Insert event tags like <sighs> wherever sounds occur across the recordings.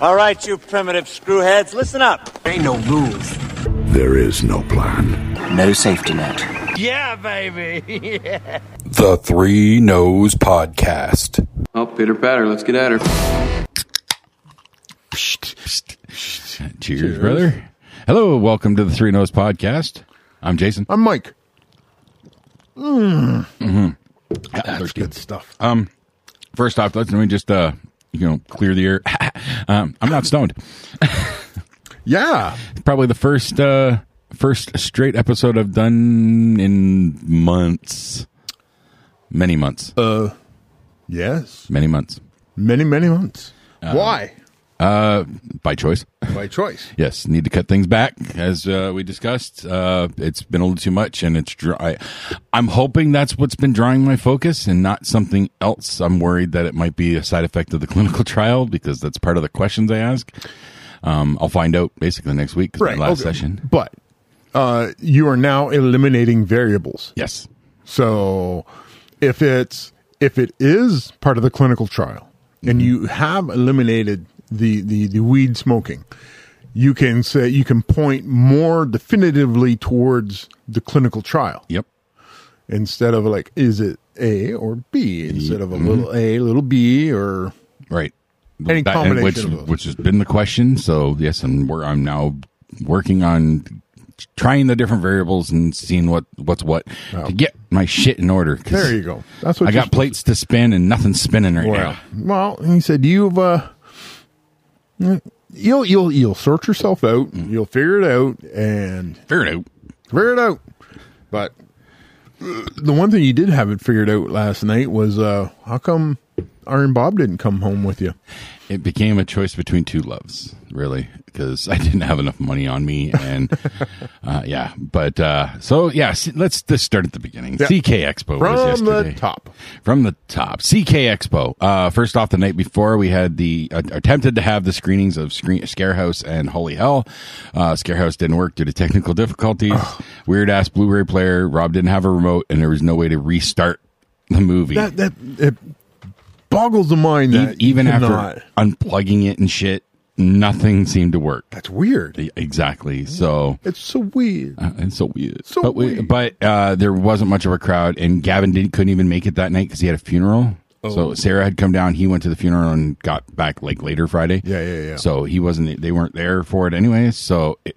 All right, you primitive screwheads, listen up. Ain't no rules. There is no plan. No safety net. Yeah, baby. yeah. The Three Nose Podcast. Oh, Peter Patter, let's get at her. Cheers, brother. Hello, welcome to the Three Nose Podcast. I'm Jason. I'm Mike. Mm. hmm That's good stuff. Um, first off, let's let me just uh, you know, clear the air. <laughs> um, I'm not stoned. yeah, probably the first uh first straight episode I've done in months, many months. Uh, yes, many months, many many months. Uh, Why? Uh, by choice. By <laughs> choice. yes, need to cut things back as uh, we discussed. Uh, it's been a little too much, and it's dry. I'm hoping that's what's been drawing my focus, and not something else. I'm worried that it might be a side effect of the <laughs> clinical trial because that's part of the questions I ask. Um, I'll find out basically next week. 'cause my Last okay. session. But uh, you are now eliminating variables. Yes. So if it's if it is part of the clinical trial and you have eliminated the, the the weed smoking, you can say you can point more definitively towards the clinical trial. Yep. Instead of like, is it A or B? Instead of a little A, little B, or Right. Any That- and combination which, of those. which has been the question. So yes, and we're, I'm now working on trying the different variables and seeing what what's what to get my shit in order. 'cause <laughs> There you go. That's what I you're got plates to spin and nothing's spinning right now. Well, he said you've uh, you'll you'll you'll sort yourself out. You'll figure it out and figure it out. Figure it out. But uh, the one thing you did have it figured out last night was uh, how come Iron Bob didn't come home with you? It became a choice between two loves, really, because I <laughs> didn't have enough money on me, and <laughs> uh, yeah. But uh, so yeah, s- let's just start at the beginning. Yeah. CK Expo was From the yesterday. top. from the top. CK Expo. Uh, first off, the night before we had the uh, attempted to have the screenings of Screen Scarehouse and Holy Hell. Uh, Scarehouse didn't work due to technical difficulties. Weird ass Blu-ray player. Rob didn't have a remote, and there was no way to restart the movie. That that it boggles the mind E- that you even cannot- after unplugging it and shit, nothing seemed to work. That's weird. E- Exactly. So. It's so weird. Uh, and so we, Mm-hmm. So but we, weird. but uh, there wasn't much of a crowd, and Gavin didn't couldn't even make it that night because he had a funeral. Oh. So Sarah had come down. He went to the funeral and got back like later Friday. Yeah, yeah, yeah. So he wasn't. They weren't there for it anyway. So it,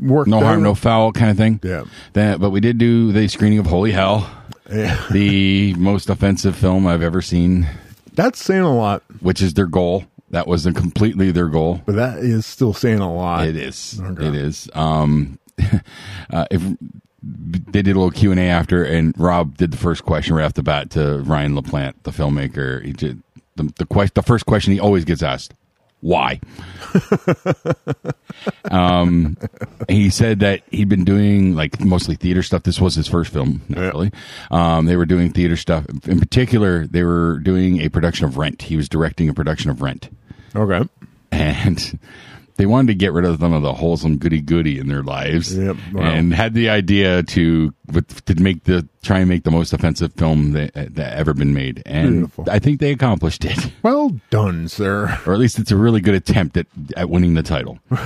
Worked no out. harm, no foul, kind of thing. Yeah. That, but we did do the screening of Holy Hell, Yeah. <laughs> the most offensive film I've ever seen, That's saying a lot, which is their goal. That was a, completely their goal. but that is still saying a lot. It is. Okay. It is. Um, <laughs> uh, if they did a little Q and A after, and Rob did the first question right off the bat to Ryan LaPlante, the filmmaker. He did the the, quest, the first question he always gets asked. Why? <laughs> um, he said that he'd been doing like mostly theater stuff. This was his first film, naturally. Um, they were doing theater stuff. In particular, they were doing a production of Rent. He was directing a production of Rent Okay. and they wanted to get rid of some of the wholesome goody goody in their lives, Yep, wow. and had the idea to with- to make the try and make the most offensive film that, that ever been made, and Beautiful. I think they accomplished it, <laughs> Well done, sir. or at least it's a really good attempt at at winning the title. <laughs>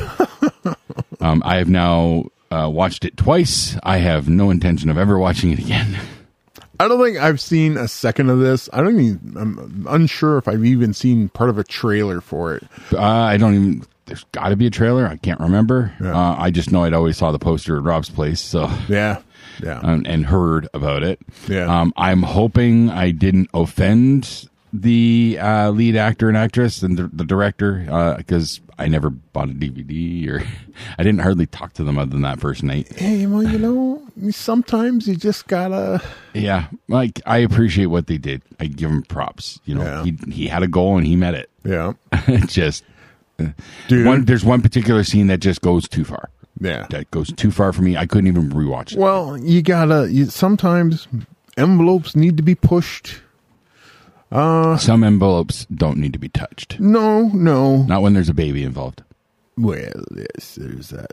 um, I have now. Uh, watched it twice. I have no intention of ever watching it again. <laughs> I don't think I've seen a second of this. I don't even. I'm unsure if I've even seen part of a trailer for it. Uh, I don't even. There's got to be a trailer. I can't remember. Uh, I just know I'd always saw the poster at Rob's place. So Yeah. Yeah. and, and heard about it. Yeah. Um, I'm hoping I didn't offend the uh, lead actor and actress and the, the director because I never bought a DVD or <laughs> I didn't hardly talk to them other than that first night. hey, well, you know, sometimes you just gotta. Yeah, like I appreciate what they did. I give them props. You know, Yeah. he he had a goal and he met it. <laughs> Yeah. It just Dude. one there's one particular scene that just goes too far. yeah. That goes too far for me. I couldn't even rewatch it. Well, you gotta. You, sometimes envelopes need to be pushed. Some envelopes don't need to be touched. No, no. Not when there's a baby involved. Mm-hmm. Well, yes, there's that.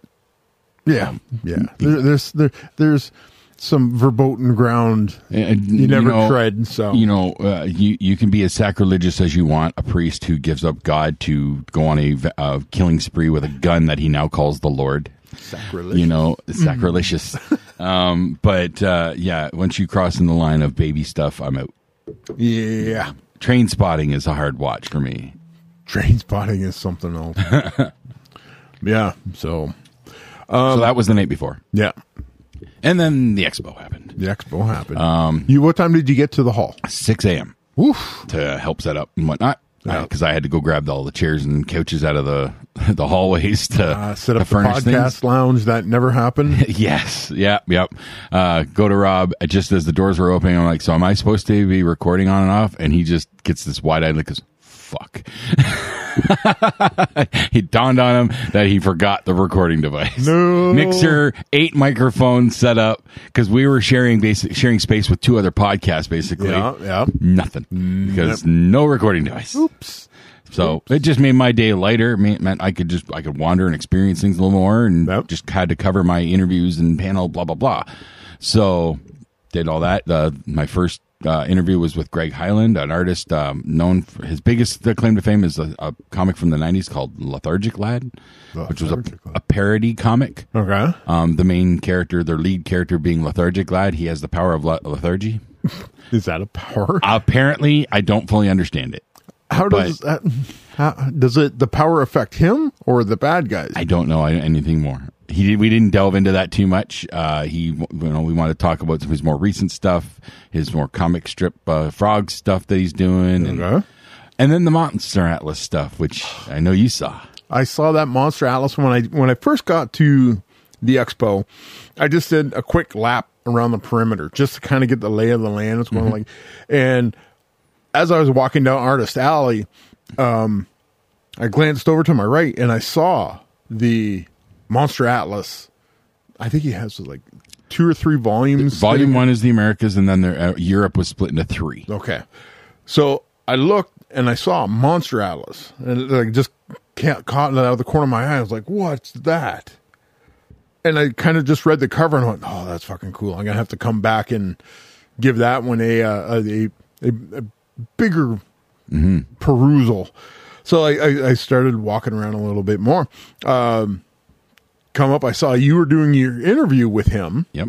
Yeah. Yeah. There, there's there, there's some verboten ground And, you never tread. So you know uh, you you can be as sacrilegious as you want. A priest who gives up God to go on a v- uh, killing spree with a gun that he now calls the Lord. Sacrilegious. You know, sacrilegious. Mm. um, but uh, yeah, once you cross in the line of baby stuff, I'm out. yeah, Train spotting is a hard watch for me. train spotting is something else. yeah. So so Um, that was the night before, yeah, and then the expo happened. the expo happened. Um, you what time did you get to the hall? Six a.m. Oof. to help set up and whatnot. Because I had to go grab all the chairs and couches out of the <laughs> the hallways to Uh, set to up the podcast lounge. That never happened. things. Yes, yep, yep. Uh, go to Rob uh, just as the doors were opening. I'm like, so am I supposed to be recording on and off? And he just gets this wide eyed look. Goes, fuck. <laughs> it dawned on him that he forgot the recording device, No. mixer, eight microphones set up because we were sharing basic sharing space with two other podcasts basically. yeah, yeah. Nothing. Because no recording device. Oops. So it just made my day lighter. It mean- meant I could just I could wander and experience things a little more, and Yep. just had to cover my interviews and panel, blah blah blah. So did all that. Uh, my first uh, interview was with Greg Highland, an artist um, known for his biggest claim to fame is a, a comic from the '90s called Lethargic Lad, which was a, Lethargic Lad. a parody comic. Okay. Um, the main character, their lead character, being Lethargic Lad, he has the power of le- lethargy. Is that a power? Apparently, I don't fully understand it. How does that? How, does it the power affect him or the bad guys? I don't know anything more. He did, we didn't delve into that too much. Uh, he, you know, we want to talk about some of his more recent stuff, his more comic strip uh, frog stuff that he's doing, and, Okay. and then the Monster Atlas <sighs> stuff, which I know you saw. I saw that Monster Atlas when I when I first got to the expo. I just did a quick lap around the perimeter just to kind of get the lay of the land. It's Mm-hmm. going like, and as I was walking down Artist Alley, um, I glanced over to my right and I saw the Monster Atlas. I think he has like two or three volumes. Volume sitting- one is the Americas, and then there, uh, Europe was split into three. Okay. So I looked and I saw a Monster Atlas and it, like just can't caught it out of the corner of my eye. I was like, what's that? And I kind of just read the cover and went, oh, that's fucking cool. I'm going to have to come back and give that one a, uh, a, a, a bigger perusal. So I, I, I started walking around a little bit more. Um, come up, I saw you were doing your interview with him. Yep.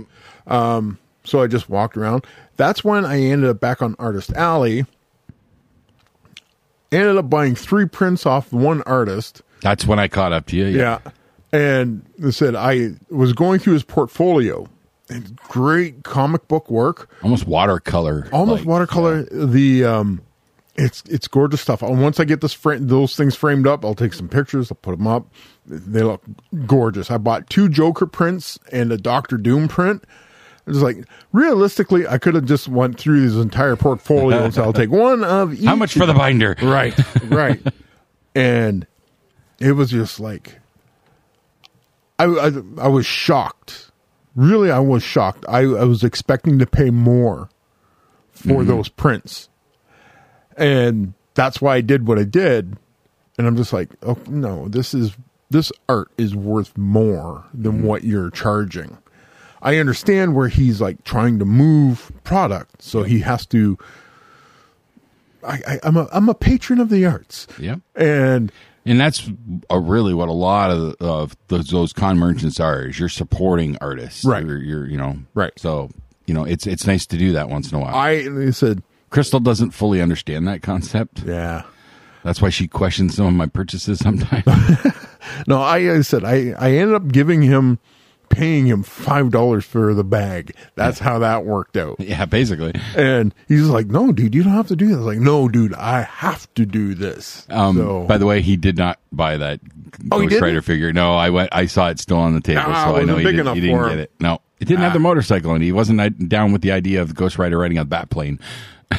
So I just walked around. That's when I ended up back on Artist Alley. Ended up buying three prints off one artist. That's when I caught up to you. Yeah. And they said I was going through his portfolio. And great comic book work. Almost watercolor. Almost like- watercolor. The um it's it's gorgeous stuff. And once I get this frame those things framed up, I'll take some pictures, I'll put them up. They look gorgeous. I bought two Joker prints and a Doctor Doom print. It's like realistically, I could have just went through his entire portfolio and said, <laughs> "I'll take one of each." How much for the binder? Right, <laughs> right. and it was just like I, I I was shocked. Really, I was shocked. I, I was expecting to pay more for those prints, and that's why I did what I did. And I'm just like, oh no, this is this art is worth more than what you're charging. I understand where he's like trying to move product, so he has to. I, I, I'm a I'm a patron of the arts, Yep. and And that's a really what a lot of, of those, those con merchants are is you're supporting artists, Right. You're, you're you know, Right. So you know, it's it's nice to do that once in a while. I they said, Crystal doesn't fully understand that concept. yeah. That's why she questions some of my purchases <laughs> sometimes. <laughs> No, I, I said I, I ended up giving him paying him five dollars for the bag. That's how that worked out. yeah, basically. And he's like, No, dude, you don't have to do that. I was like, no, dude, I have to do this. Um, so, By the way, he did not buy that Oh, he Ghost didn't? Rider figure. No, I went. I saw it still on the table, Ah, so I wasn't know he, big did, enough he didn't for get him. Ah. it. No, it didn't have the motorcycle, and he wasn't uh, down with the idea of Ghost Rider riding a bat plane <laughs>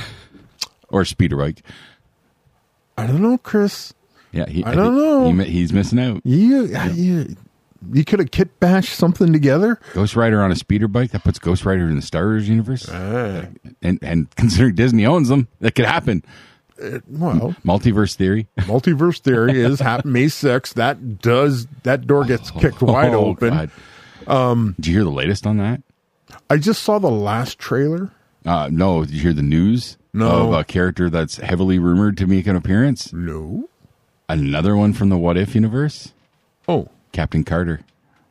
or speeder bike. I don't know, Chris. Yeah, he, I don't think know. he mi- he's missing out. You you, you could have kit bashed something together. Ghost Rider on a speeder bike that puts Ghost Rider in the Star Wars universe, Ah. and and <laughs> considering Disney owns them, that could happen. <laughs> Well, <laughs> Multiverse theory. multiverse theory is hap May 6th. That does that door gets kicked wide Oh, open. Um, God. Did you hear the latest on that? I just saw the last trailer. Uh, no, did you hear the news No. of a character that's heavily rumored to make an appearance? No. Another one from the What If universe, Oh, Captain Carter.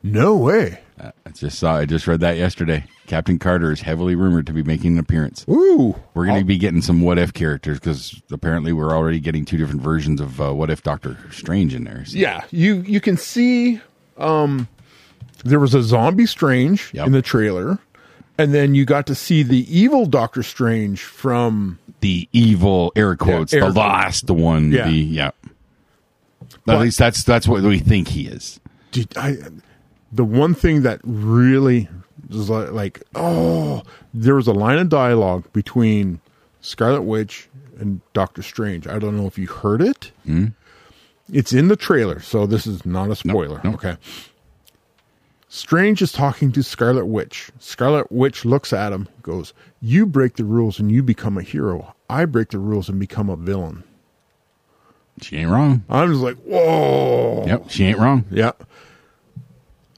no way. I just saw. I just read that yesterday. Captain Carter is heavily rumored to be making an appearance. Ooh. We're going to be getting some what if characters because apparently we're already getting two different versions of uh, what if Doctor Strange in there. So- Yeah, you you can see um there was a zombie strange Yep. in the trailer and then you got to see the evil Doctor Strange from The evil air quotes, air the quotes. last one. Yeah. The, yeah. But- At least that's that's what we think he is. did I the one thing that really was li- like oh there was a line of dialogue between Scarlet Witch and Doctor Strange. I don't know if you heard it. It's in the trailer, so this is not a spoiler. no. Okay. Strange is talking to Scarlet Witch. Scarlet Witch looks at him, goes, "You break the rules and you become a hero. I break the rules and become a villain." She ain't wrong. I'm just like, "Whoa!" Yep, she ain't wrong. Yeah.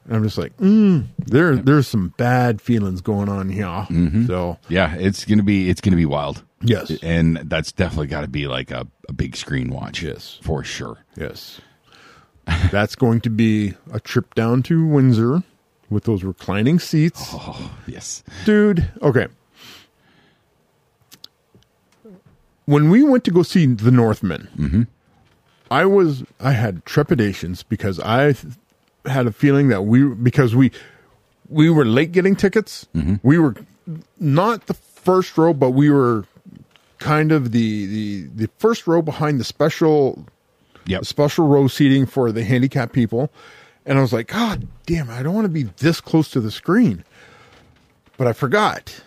And I'm just like, mm, there, there's some bad feelings going on here. So Yeah, it's gonna be it's gonna be wild, yes, and that's definitely got to be like a, a big screen watch. Yes. for sure. yes, that's going to be a trip down to Windsor with those reclining seats, Yes, <laughs> dude. Okay. When we went to go see The Northmen, I was I had trepidations because I th- had a feeling that we because we we were late getting tickets. We were not the first row, but we were kind of the the the first row behind the special Yep. special row seating for the handicapped people. And I was like, God damn, I don't want to be this close to the screen. But I forgot.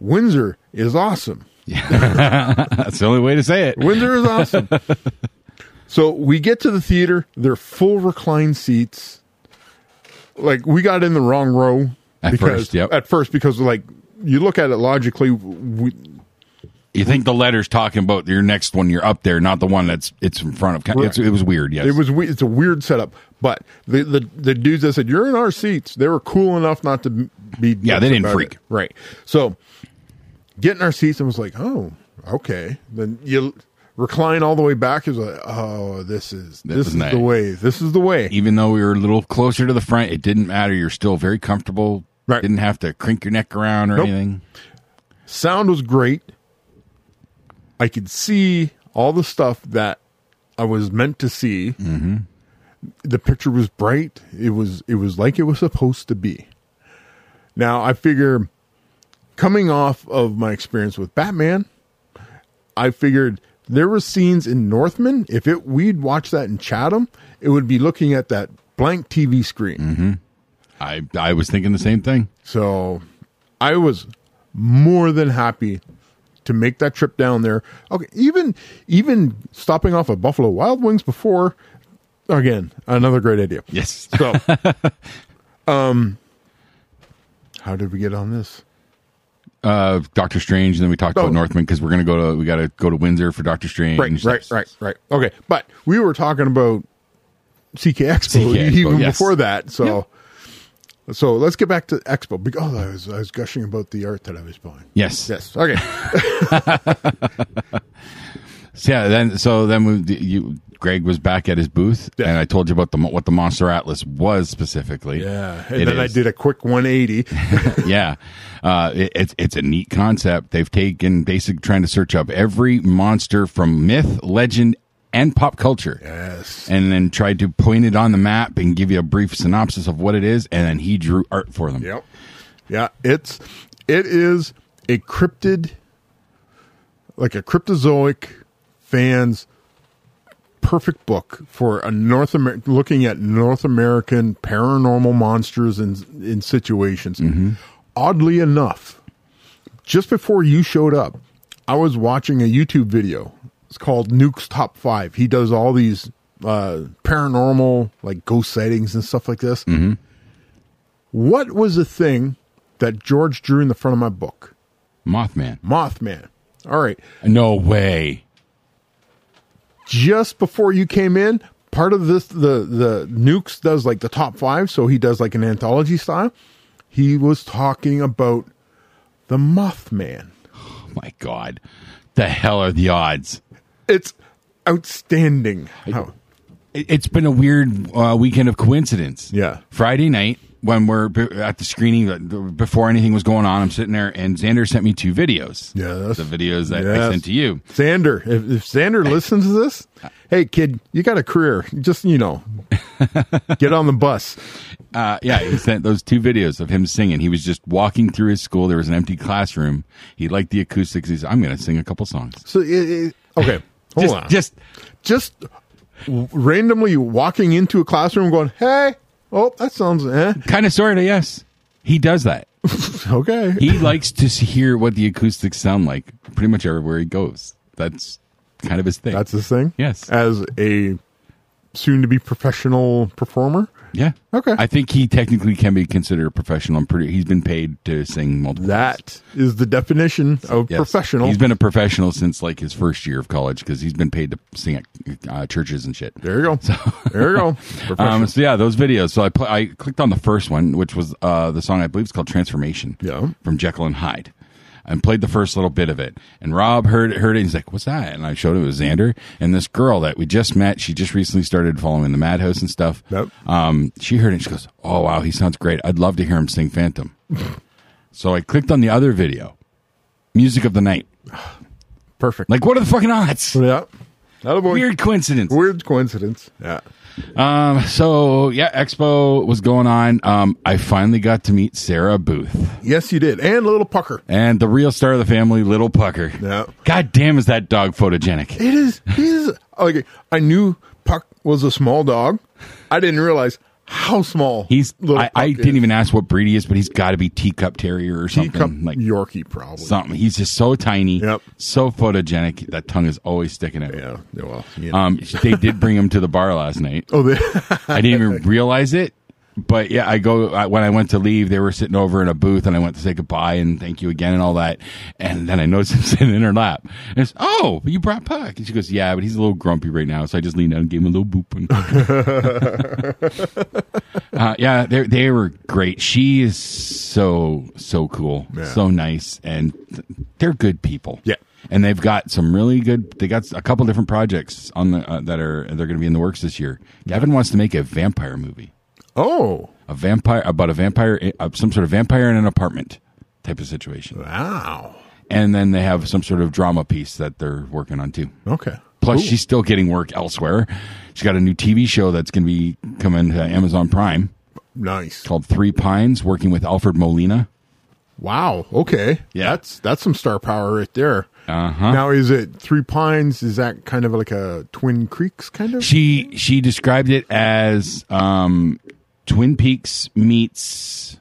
Windsor is awesome. that's the only way to say it. Windsor is <laughs> awesome. so we get to the theater. They're full reclined seats. Like we got in the wrong row At because first, yep. at first because like you look at it logically, we, You think the letter's talking about your next one? You're up there, not the one that's it's in front of. It's, it was weird. Yes, it was we- it's a weird setup. But the, the the dudes that said you're in our seats, they were cool enough not to be Yeah, they dicks didn't about freak. it. right. So get in our seats and was like, oh okay. Then you recline all the way back is like, oh this is That this was is nice. the way. This is the way. even though we were a little closer to the front, it didn't matter. You're still very comfortable. Right. Didn't have to crink your neck around or Nope. anything. sound was great. I could see all the stuff that I was meant to see. Mm-hmm. The picture was bright. It was it was like it was supposed to be. Now I figure, coming off of my experience with Batman, I figured there were scenes in Northman. If it we'd watch that in Chatham, it would be looking at that blank TV screen. I I was thinking the same thing. So I was more than happy to make that trip down there. Okay, even even stopping off at Buffalo Wild Wings before again, another great idea. <laughs> Yes. So <laughs> um how did we get on this? Uh, Doctor Strange, and then we talked Oh. about Northman because we're gonna go to we gotta go to Windsor for Doctor Strange. Right, right, right, right. Okay, but we were talking about CK Expo CK Expo, even yes. before that. So, so let's get back to Expo because oh, I was I was gushing about the art that I was buying. Yes. Yes. Okay. So, yeah. Then so then we, you Greg was back at his booth, Yeah. and I told you about the mo- what the Monster Atlas was specifically. Yeah, and It then I is. did a quick 180. <laughs> yeah, uh, it, it's it's a neat concept. They've taken basic trying to search up every monster from myth, legend, and pop culture, <laughs> yes, and then tried to point it on the map and give you a brief synopsis of what it is, and then he drew art for them. yep, yeah. It's it is a cryptid, like a cryptozoic fans perfect book for a North Amer- looking at North American paranormal monsters and in situations. Oddly enough, just before you showed up, I was watching a YouTube video. It's called Nuke's Top Five. He does all these uh, paranormal, like ghost sightings and stuff like this. What was the thing that George drew in the front of my book? Mothman. Mothman. All right. No way. just before you came in part of this the the nukes does like the top five so he does like an anthology style He was talking about the Mothman. Oh my God. The hell are the odds? It's outstanding. How, It- It's been a weird uh, weekend of coincidence. Yeah. Friday night, when we're b- at the screening, uh, before anything was going on, I'm sitting there and Xander sent me two videos. Yes. The videos that I Yes. sent to you. Xander, if, if Xander listens to this, hey kid, you got a career. Just you <laughs> know, get on the bus. Uh, yeah, he sent those two videos of him singing. He was just walking through his school. There was an empty classroom. He liked the acoustics. He's, I'm going to sing a couple songs. So it, it- okay, hold just, on. just just w- randomly walking into a classroom, going, hey, oh, that sounds eh, <laughs> kind of sort of yes. He does that. okay. <laughs> He likes to s- hear what the acoustics sound like pretty much everywhere he goes. That's kind of his thing. That's his thing. Yes. as a soon-to-be professional performer. yeah. Okay. I think he technically can be considered a professional. I'm pretty. He's been paid to sing multiple. That is the definition of Yes. professional. He's been a professional since like his first year of college because he's been paid to sing at uh, churches and shit. there you go. <laughs> there you go. Professional. <laughs> Um, so yeah, those videos. So I pl- I clicked on the first one, which was uh, the song I believe is called "Transformation." Yeah. from Jekyll and Hyde, and played the first little bit of it. And Rob heard it, heard it. And he's like, "What's that?" And I showed him it was Xander and this girl that we just met. She just recently started following the Madhouse and stuff. Yep. Um, she heard it. and She goes, "Oh wow, he sounds great. I'd love to hear him sing <laughs> Phantom." so I clicked on the other video, "Music of the Night." Perfect. Like, what are the fucking odds? yeah. That'll be Weird coincidence. Weird coincidence. Yeah. Um, so yeah, Expo was going on. Um, I finally got to meet Sarah Booth Yes, you did. And Little Pucker. and the real star of the family, Little Pucker. Yeah. God damn, is that dog photogenic? It is. It is. Like I knew Puck was a small dog. I didn't realize how small He's. Little I, I Puck didn't is. even ask what breed he is, but he's got to be teacup terrier or something teacup like Mm-hmm. Yorkie probably. something. He's just so tiny. Yep. So photogenic. That tongue is always sticking out. Yeah. yeah, Well. You know. Um, they did bring him to the bar last night. oh, they, I didn't <laughs> even realize it. But yeah, I go I, when I went to leave, they were sitting over in a booth, and I went to say goodbye and thank you again and all that. And then I noticed <laughs> him sitting in her lap. And it's, oh, you brought Puck? And she goes, yeah, but he's a little grumpy right now, so I just leaned down and gave him a little boop. <laughs> And uh, yeah, they they were great. She is so so cool, Yeah. so nice, and th- they're good people. Yeah. And they've got some really good. They got a couple different projects on the uh, that are they're going to be in the works this year. Gavin wants to make a vampire movie, <laughs> oh. a vampire about a vampire, uh, some sort of vampire in an apartment type of situation. Wow. And then they have some sort of drama piece that they're working on too. Okay. Plus, Cool. she's still getting work elsewhere. She's got a new TV show that's going to be coming to Amazon Prime nice. called Three Pines, working with Alfred Molina. Wow. Okay. Yeah. That's that's some star power right there. Uh-huh. Now is it Three Pines? Is that kind of like a Twin Creeks kind of? She she described it as um, Twin Peaks meets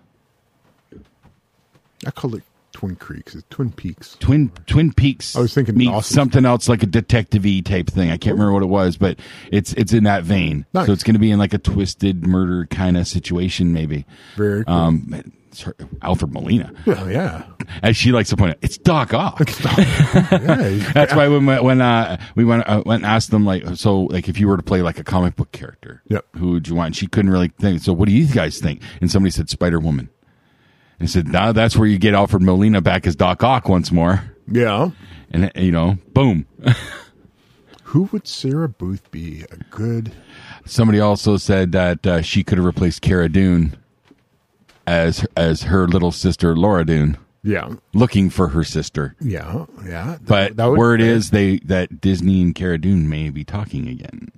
I call it Twin Creeks. It's Twin Peaks. Twin Twin Peaks. I was thinking meets Dawson's. something else like a detective-y type thing. I can't remember what it was, but it's it's in that vein. Nice. So it's going to be in like a twisted murder kind of situation, maybe. Very cool. Um, it's her- Alfred Molina, Yeah. Yeah. <laughs> as she likes to point out, it's Doc Ock. yeah. That's why when we- when uh, we went uh, went and asked them like so like if you were to play like a comic book character, Yep. who would you want? And she couldn't really think. So what do you guys think? And somebody said Spider Woman. And I said now that's where you get Alfred Molina back as Doc Ock once more, yeah. and uh, you know, boom. Who would Sarah Booth be a good? Somebody also said that uh, she could have replaced Cara Dune as as her little sister Laura Dune, Yeah, looking for her sister. yeah, yeah. Th- But that would- word is they that Disney and Cara Dune may be talking again.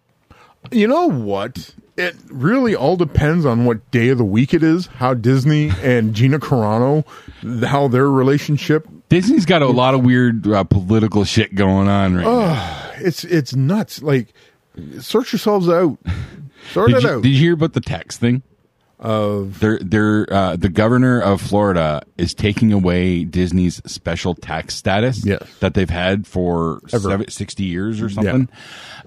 you know what? It really all depends on what day of the week it is. How Disney and Gina Carano, th- how their relationship. Disney's got a lot of weird uh, political shit going on right Oh, now. It's it's nuts. Like, sort yourselves out. Sort Did it you, out. did you hear about the tax thing? Of they're, they're, uh, the governor of Florida is taking away Disney's special tax status Yes. that they've had for Ever. seven, 60 years or something.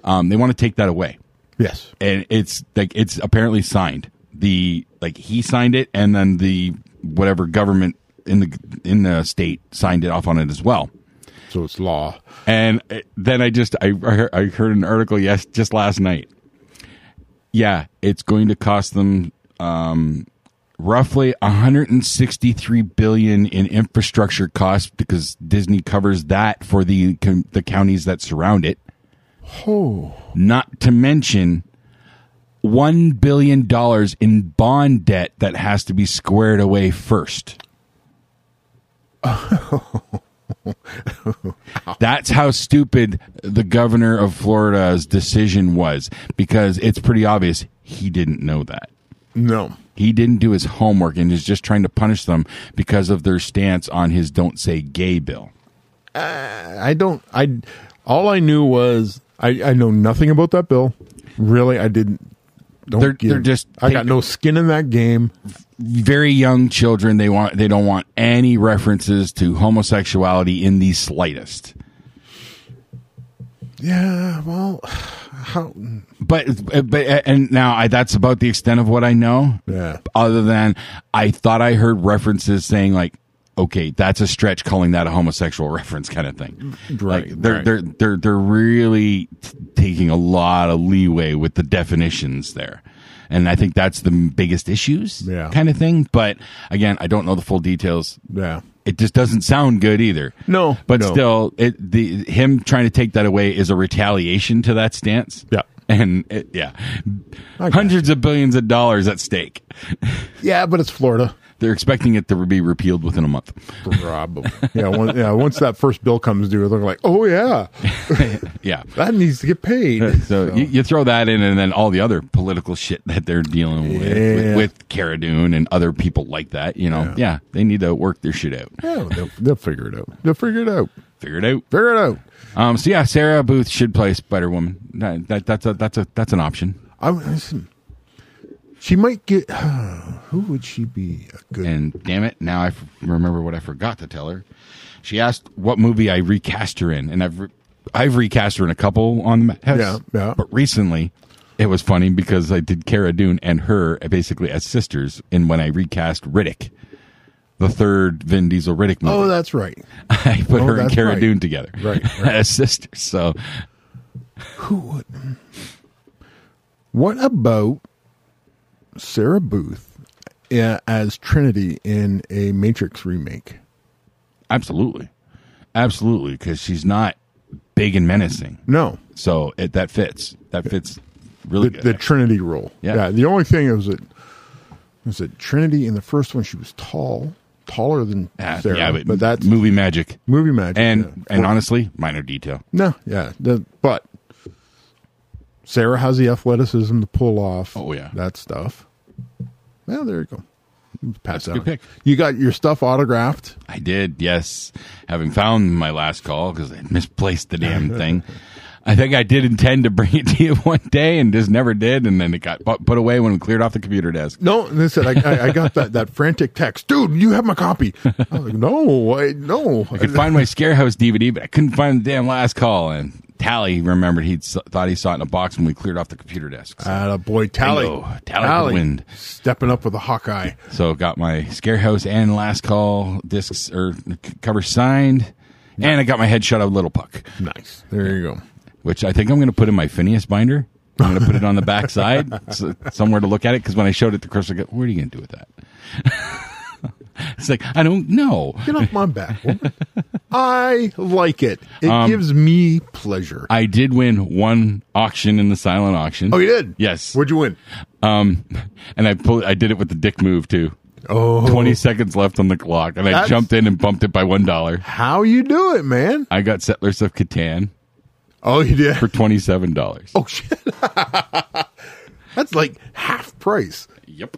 Um, they want to take that away. yes. and it's like it's apparently signed the like he signed it and then the whatever government in the in the state signed it off on it as well So it's law. and uh, then i just i I heard- I heard an article yes just last night yeah it's going to cost them um roughly 163 billion in infrastructure costs because Disney covers that for the com- the counties that surround it. Oh. Not to mention 1 billion dollars in bond debt that has to be squared away first. That's how stupid the governor of Florida's decision was because it's pretty obvious he didn't know that. No. He didn't do his homework and is just trying to punish them because of their stance on his don't say gay bill. I don't. I all I knew was I, I know nothing about that bill. Really, I didn't. Don't They're- give- they're just I got taking- no skin in that game. Very young children, they want they don't want any references to homosexuality in the slightest. Yeah. Well, how? But but and now I, that's about the extent of what I know. Yeah. Other than I thought I heard references saying like, okay, that's a stretch calling that a homosexual <laughs> reference kind of thing. Right, Like, they're right. they're they're they're really t- taking a lot of leeway with the definitions there. And I think that's the m- biggest issues Yeah. kind of thing. But again, I don't know the full details. Yeah. It just doesn't sound good either. No, But no. still it the him trying to take that away is a retaliation to that stance. Yeah. And it, yeah, I got hundreds of billions of dollars at stake. Yeah, but it's Florida. They're expecting it to be repealed within a month. Probably. <laughs> yeah. One, yeah. Once that first bill comes due, they're like, "Oh yeah, Yeah. that needs to get paid." <laughs> So, You, you throw that in, and then all the other political shit <laughs> that they're dealing with, Yeah. with, with Cara Dune and other people like that. You know, yeah. they need to work their shit out, yeah, they'll, they'll figure it out. They'll figure it out. figure it out. Figure it out. Um, so yeah, Sarah Booth should play Spider Woman. That, that, that's a that's a that's an option. I listen. She might get. <sighs> who would she be a good? And damn it, now I f- remember what I forgot to tell her. She asked what movie I recast her in, and I've re- I've recast her in a couple on the House. Yeah, yeah. But recently, it was funny because I did Cara Dune and her basically as sisters in when I recast Riddick, the third Vin Diesel Riddick movie. Oh, that's right. <laughs> I put oh, her and that's Cara right. Dune together, Right, <laughs> as sisters. So Who would? What about Sarah Booth uh, as Trinity in a Matrix remake? absolutely, absolutely, because she's not big and menacing. No, So it, that fits. That fits really the, good. the Trinity role. Yeah. The only thing is that was that Trinity in the first one she was tall, taller than Ah, Sarah. yeah, but, but, that's movie, movie magic. magic. and yeah. and honestly, minor detail. no, yeah, the- but Sarah has the athleticism to pull off. Oh, yeah. that stuff. Well, there you go. Pat a that good on. pick. You got your stuff autographed. I did, yes. Having found my last call because I misplaced the damn <laughs> thing. I think I did intend to bring it to you <laughs> one day and just never did, and then it got pu- put away when we cleared off the computer desk. No, and they said I, I, I got that, that frantic text, dude. You have my copy. I was like, <laughs> no, I, no. I could find my Scarehouse DVD, but I couldn't find the damn last call. And Tally remembered he thought he saw it in a box when we cleared off the computer desk. So, Atta boy, Tally. Bingo. Tally could win. Stepping up with a <laughs> Hawkeye. so got my Scarehouse and Last Call discs or c- cover signed, and I got my head shut of Little Puck. Nice. There you go. which I think I'm going to put in my Phineas binder. I'm going to put it on <laughs> the back side so, somewhere to look at it because when I showed it to Chris, I go, "What are you going to do with that?" <laughs> it's like I don't know. Get off my back. <laughs> woman. I like it. It gives me pleasure. Um, I did win one auction in the silent auction. oh, you did? Yes. What'd you win? Um, and I pulled. I did it with the dick move too. Oh, Twenty seconds left on the clock, and I That's- jumped in and bumped it by one dollar. How you do it, man? I got Settlers of Catan Oh, you did. for twenty seven dollars. <laughs> Oh shit. <laughs> That's like half price. Yep.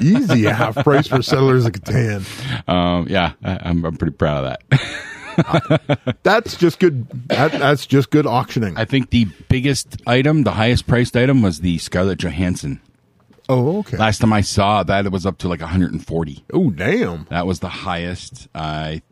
Easy half price for Settlers of Catan. Um, yeah, I, I'm, I'm pretty proud of that. That's just good. That, that's just good auctioning. I think the biggest item, the highest priced item, was the Scarlett Johansson. oh, okay. Last time I saw that, it was up to like 140. Oh, damn. That was the highest. I,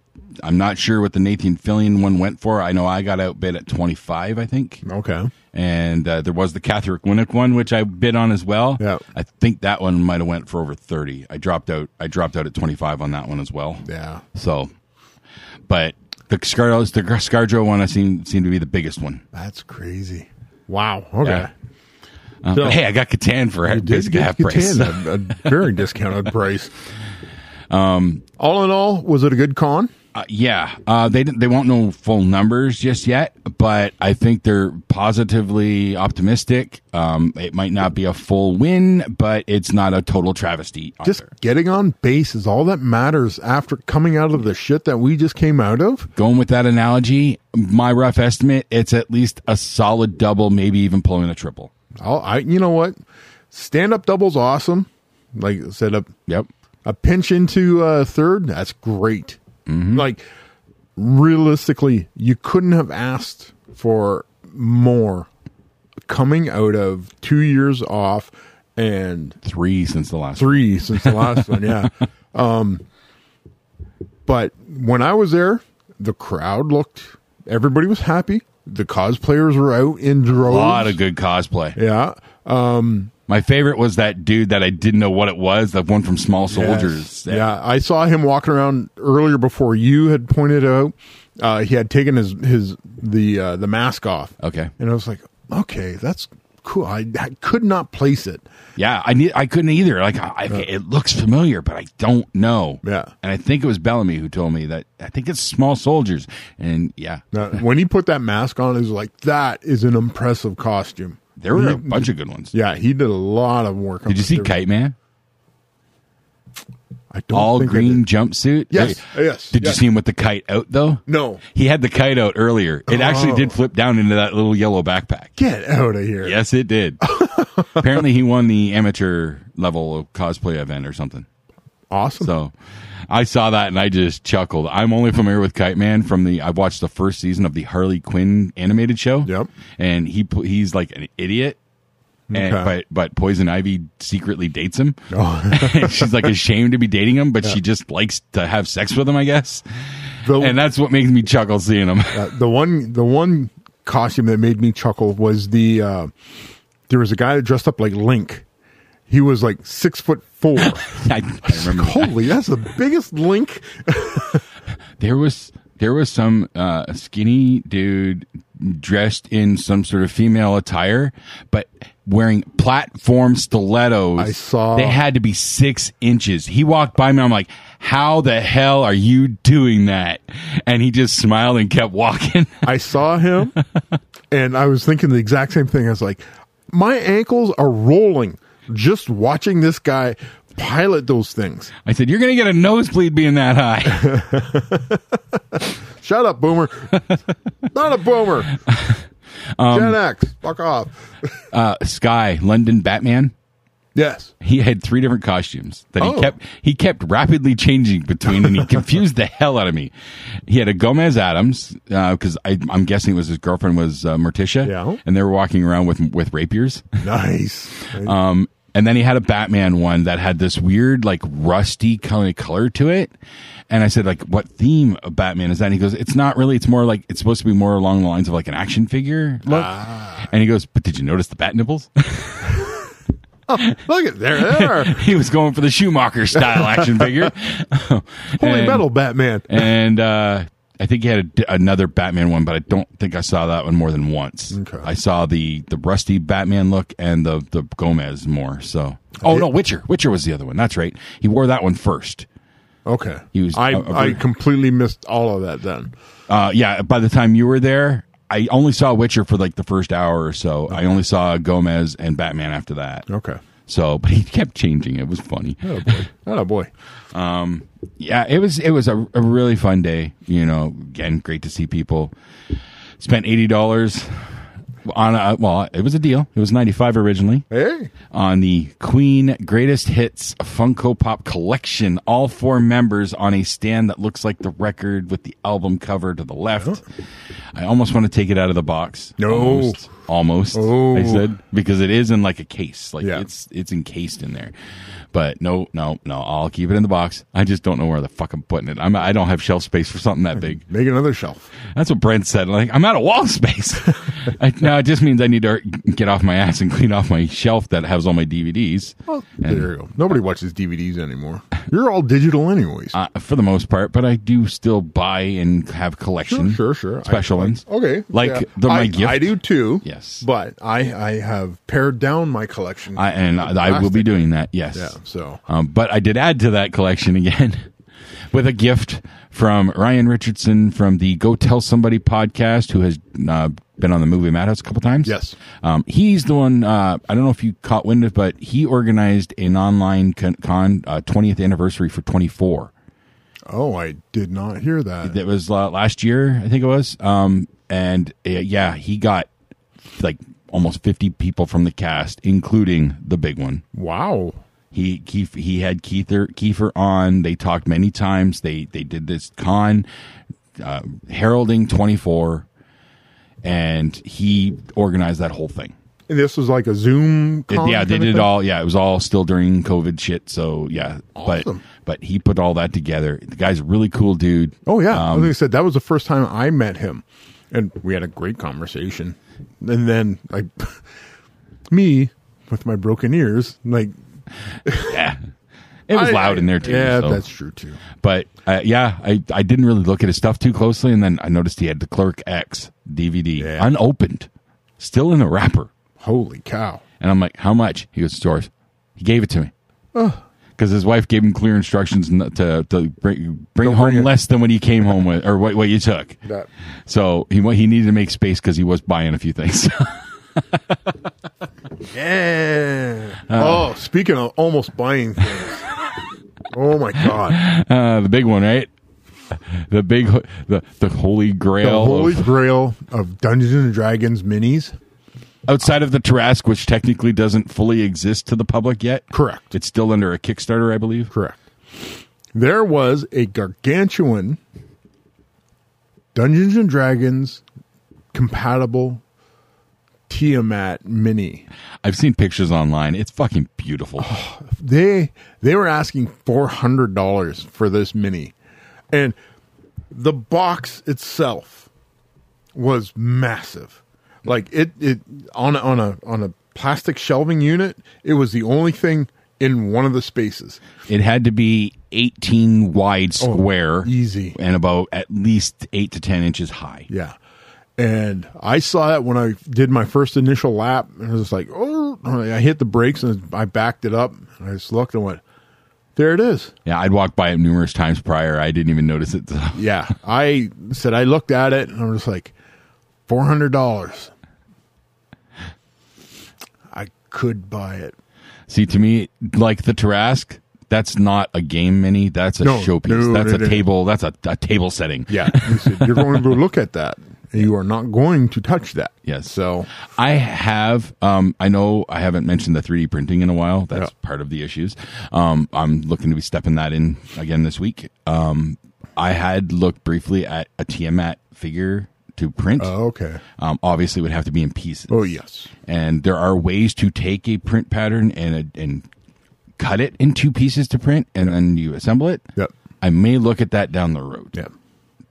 I'm not sure what the Nathan Fillion one went for. I know I got outbid at 25, I think. Okay. And uh, there was the Catherine Winnick one, which I bid on as well. Yeah. I think that one might have went for over 30. I dropped out. I dropped out at 25 on that one as well. Yeah. So, but the Scarlett, the Scarjo one, I seem seemed to be the biggest one. That's crazy. Wow. Okay. Yeah. Uh, So- but hey, I got Catan for half, basically half price. Catan at a very <laughs> discounted price. Um, all in all, was it a good con? Uh, yeah, uh, they didn't- they won't know full numbers just yet, but I think they're positively optimistic. Um, it might not be a full win, but it's not a total travesty. Either. Just getting on base is all that matters after coming out of the shit that we just came out of. going with that analogy, my rough estimate, it's at least a solid double, maybe even pulling a triple. I'll, I, you know what? Stand up doubles awesome. Like I said, a, Yep. a pinch into uh, third, that's great. Mm-hmm. Like realistically, you couldn't have asked for more coming out of two years off and Three since the last. three since the last one. <laughs> Yeah. Um, but when I was there, the crowd looked, everybody was happy. The cosplayers were out in droves. A lot of good cosplay. yeah. My favorite was that dude that I didn't know what it was, that one from Small Soldiers. Yes. Yeah, I saw him walking around earlier before you had pointed out. Uh, he had taken his his the uh, the mask off. Okay. and I was like, okay, that's cool. I, I could not place it. Yeah, I need. I couldn't either. Like, I, I, it looks familiar, but I don't know. Yeah. and I think it was Bellamy who told me that. I think it's Small Soldiers, and yeah, Now, when he put that mask on, it was like that is an impressive costume. there were a He- bunch of good ones. Yeah, he did a lot of work. on Did you this. see There- Kite Man? I don't All think I green did. jumpsuit. Yes, Hey, yes, Did yes. you see him with the kite out though? No. He had the kite out earlier. It actually Oh. did flip down into that little yellow backpack. Get out of here. Yes, <laughs> it did. Apparently, he won the amateur level of cosplay event or something. <laughs> awesome. So I saw that and I just chuckled. I'm only familiar with Kite Man from the I've watched the first season of the Harley Quinn animated show. Yep. And he pl- he's like an idiot. And, Okay. But but Poison Ivy secretly dates him. Oh, And <laughs> She's like ashamed to be dating him, but she just likes to have sex with him, I guess. the, And that's what makes me chuckle seeing him. <laughs> Uh, the one the one costume that made me chuckle was the uh there was a guy that dressed up like Link. He was like six foot four. <laughs> I, I <laughs> remember that. Holy, that's the biggest Link. there was there was some uh, skinny dude dressed in some sort of female attire, but wearing platform stilettos. I saw- they had to be six inches. He walked by me. I'm like, how the hell are you doing that? And he just smiled and kept walking. <laughs> I saw him, and I was thinking the exact same thing. I was like, my ankles are rolling just watching this guy pilot those things. I said, you're gonna get a nosebleed being that high. Shut up, <laughs> boomer. Not a boomer. Um, Gen X, fuck off. Uh, <laughs> Sky London Batman. Yes. He had three different costumes that Oh. he kept he kept rapidly changing <laughs> between, and he confused the hell out of me. He had a Gomez Adams because I I'm guessing it was his girlfriend was uh, Morticia, Yeah. and they were walking around with with rapiers. <laughs> Nice. Um, and then he had a Batman one that had this weird like rusty kind of color to it. And I said like, what theme of Batman is that? And he goes, it's not really. It's more like it's supposed to be more along the lines of like an action figure look. Ah. And he goes, but did you notice the bat nipples? Look at there they are. <laughs> he was going for the Schumacher style action figure. Holy <laughs> Holy metal, Batman. And uh, I think he had a d another Batman one, but I don't think I saw that one more than once. Okay. I saw the the rusty Batman look and the the Gomez more. So oh no, Witcher, Witcher was the other one. That's right. He wore that one first. Okay. He was- I, a- a I very- completely missed all of that then. Uh, yeah. By the time you were there. I only saw Witcher for like the first hour or so. I only saw Gomez and Batman after that. Okay. So, but he kept changing. It was funny. Oh boy. Oh boy. yeah, it was it was a, a really fun day. You know, again, great to see people. Spent eighty dollars on a well, it was a deal. It was ninety five originally Hey. on the Queen Greatest Hits Funko Pop collection. All four members on a stand that looks like the record with the album cover to the left. I almost want to take it out of the box. No. almost. Almost, Oh. I said because it is in like a case, like Yeah. it's it's encased in there. But no, no, no, I'll keep it in the box. I just don't know where the fuck I'm putting it. I'm I don't have shelf space for something Hmm. that big. Make another shelf. That's what Brent said. Like, I'm out of wall <laughs> space. I, no, it just means I need to get off my ass and clean off my shelf that has all my DVDs. Oh, there you go. Nobody watches DVDs anymore. You're all digital anyways. Uh, for the most part, but I do still buy and have sure, collection. sure, sure. I- Special ones. Okay. Like yeah. the my I, gift. I do too. Yeah. Yes. But I, I have pared down my collection. I, and I will be Plastic. doing that. Yes. Yeah, so- Um, but I did add to that collection again <laughs> with a gift from Ryan Richardson from the Go Tell Somebody podcast, who has uh, been on the movie Madhouse a couple times. Yes. Um, he's the one. Uh, I don't know if you caught wind of, but he organized an online con, con uh, 20th anniversary for 24 Oh, I did not hear that. that was uh, last year, I think it was. Um, and uh, yeah, he got like almost 50 people from the cast, including the big one. Wow. He he he had Keither Kiefer on. They talked many times. They they did this con uh, heralding 24, and he organized that whole thing. And this was like a Zoom. It- Con yeah, they kinda did it thing? all. Yeah, it was all still during COVID shit. So yeah, Awesome. but but he put all that together. The guy's a really cool dude. Oh yeah, Um, like I said, that was the first time I met him, and we had a great conversation. And then like <laughs> me with my broken ears, like Yeah. It was I- loud in there too. Yeah, so- that's true too. But uh, yeah, I, I didn't really look at his stuff too closely, and then I noticed he had the Clerk X DVD Yeah. unopened, still in the wrapper, Holy cow! and I'm like, "How much?" He goes, "Stores." He gave it to me because his wife gave him clear instructions not to to bring bring home bring it. less than what he came home with or what what you <laughs> took. That- So he wa- he needed to make space because he was buying a few things. <laughs> Yeah. Uh, oh, speaking of almost buying <laughs> things. oh my god! uh, the big one, right? The big ho- the the holy The grail holy of- grail of Dungeons and Dragons minis. outside of the Tarrasque, which technically doesn't fully exist to the public yet. Correct. It's still under a Kickstarter, I believe. Correct. There was a gargantuan Dungeons and Dragons compatible Tiamat mini. I've seen pictures online. It's fucking beautiful. Oh, They they were asking four hundred dollars for this mini, and the box itself was massive. Like it it on a, on a on a plastic shelving unit. It was the only thing in one of the spaces. It had to be 18 wide square, Oh, easy. and about at least eight to 10 inches high. Yeah. And I saw that when I did my first initial lap, and I was just like, oh, I hit the brakes and I backed it up. And I just looked and went, there it is. Yeah, I'd walked by it numerous times prior. I didn't even notice it. <laughs> Yeah. I said, I looked at it and I'm just like, $400. I could buy it. See, to me, like the Tarrasque, that's not a game mini. That's a No, showpiece. no, that's no, a no. table. That's a, a table setting. Yeah. He said, You're going to go look at that. And you are not going to touch that. Yes. So, I have. Um, I know I haven't mentioned the 3D printing in a while. That's part of the issues. Um, I'm looking to be stepping that in again this week. Um, I had looked briefly at a Tiamat figure to print. oh, okay. Um, obviously, it would have to be in pieces. Oh, yes. And there are ways to take a print pattern and uh, and cut it in two pieces to print, and then you assemble it. Yep. I may look at that down the road. Yeah.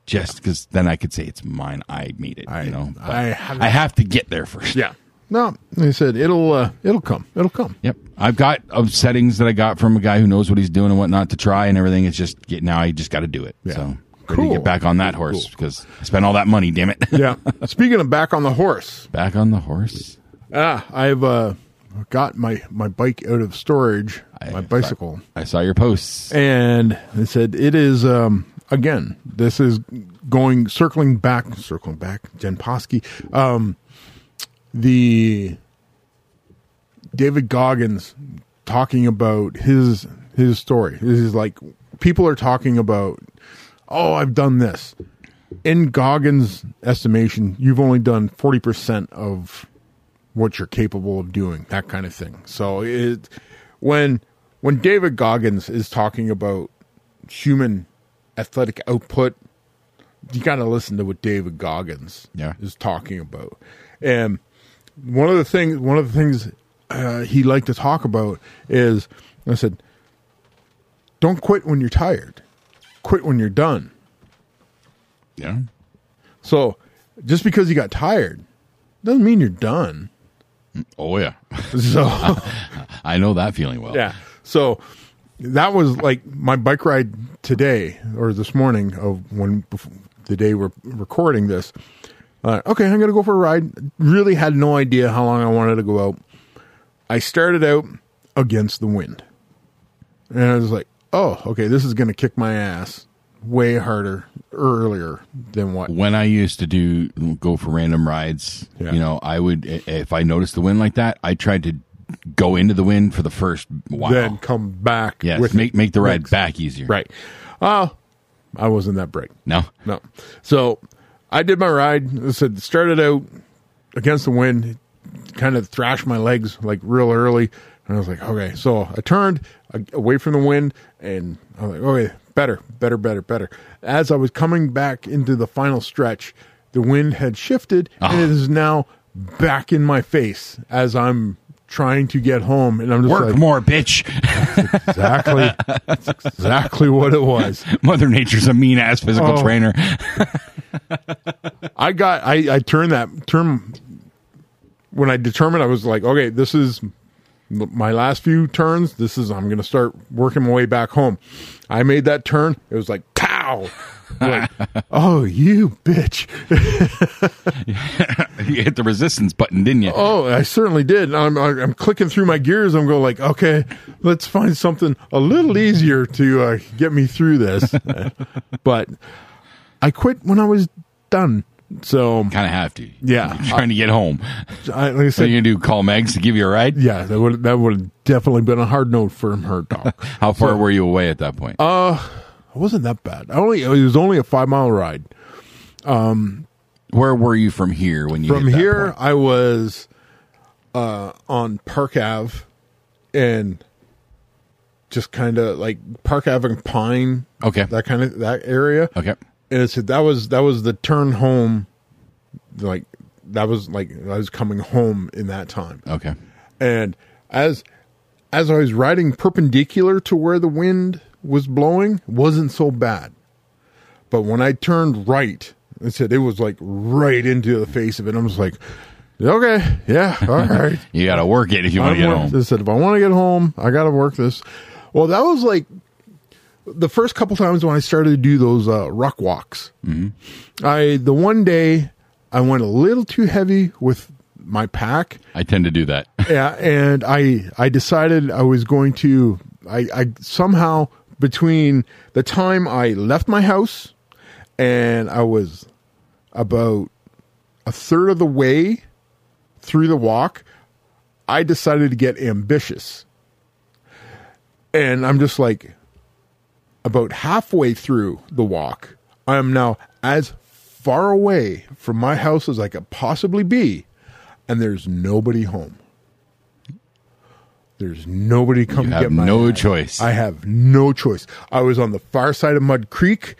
Just because then I could say it's mine. I made it. I- you know. But I haven't- I have to get there first. Yeah. No, he said, it'll, uh, it'll come. It'll come. Yep. I've got uh, settings that I got from a guy who knows what he's doing and what not to try and everything. It's just get, now I just got to do it. Yeah. So ready Cool. to get back on that horse because I spent all that money, damn it. yeah. Speaking of back on the horse, <laughs> back on the horse. ah, I've uh, got my my bike out of storage, my bicycle, I saw your posts. and they said it is um, again. This is going circling back, circling back. Jen Posky, um, the David Goggins talking about his his story. This is like people are talking about, oh, I've done this. In Goggins' estimation, you've only done forty percent of what you're capable of doing, that kind of thing. So it when when David Goggins is talking about human athletic output, you got to listen to what David Goggins Yeah. is talking about. And one of the things one of the things uh, he liked to talk about is I said, don't quit when you're tired. Quit when you're done. Yeah. So just because you got tired doesn't mean you're done. <laughs> Oh, yeah. <laughs> So I know that feeling well. Yeah. So that was like my bike ride today or this morning of when bef- the day we're recording this Uh, okay, I'm going to go for a ride. Really had no idea how long I wanted to go out. I started out against the wind. And I was like, oh, okay, this is going to kick my ass way harder earlier than what. when I used to do go for random rides, Yeah. you know, I would i- if I noticed the wind like that, I tried to go into the wind for the first while. Then come back. yes, with make make the ride Thanks. back easier. Right. Uh, I wasn't that bright. No. No. So I did my ride. I said, started out against the wind, kind of thrashed my legs like real early. And I was like, okay. So I turned uh, away from the wind and I was like, okay, better, better, better, better. As I was coming back into the final stretch, the wind had shifted and Ah. it is now back in my face as I'm trying to get home. And I'm just Work like, more, bitch. <laughs> exactly, that's exactly what it was. Mother Nature's a mean ass physical Oh. trainer. <laughs> I got I I turned that term when I determined I was like, okay, this is my last few turns. This is I'm gonna start working my way back home. I made that turn. It was like pow. <laughs> Like, oh, you bitch! <laughs> you hit the resistance button, didn't you? Oh, I certainly did. And I'm I'm clicking through my gears. I'm going like, okay, let's find something a little easier to uh, get me through this. <laughs> but I quit when I was done. So Kind of have to. Yeah. You're trying to <laughs> get home. I, like I So said, you're gonna do call Megs to give you a ride? Yeah, that would that would have definitely been a hard note for her <laughs> dog. How far were you away at that point? Uh, it wasn't that bad. I only it was only a five mile ride. Where were you from here when you From hit that here, point? I was uh, on Park Ave, and just kind of like Park Ave and Pine, Okay. that kind of that area. Okay. and it's that was that was the turn home, like that was like I was coming home in that time. Okay. and as as I was riding perpendicular to where the wind was blowing, wasn't so bad. But when I turned right, it said it was like right into the face of it. I was like, okay, <laughs> yeah, all right. You gotta work it if you want to I get want- home. I said if I want to get home, I got to work this. Well, that was like the first couple times when I started to do those uh, rock walks. Mm-hmm. I the one day I went a little too heavy with my pack, I tend to do that. <laughs> yeah and i i decided i was going to i i somehow between the time i left my house and i was about a third of the way through the walk i decided to get ambitious and i'm just like about halfway through the walk i am now as far away from my house as i could possibly be and there's nobody home there's nobody come You to have get my no ass. choice. I have no choice. I was on the far side of Mud Creek.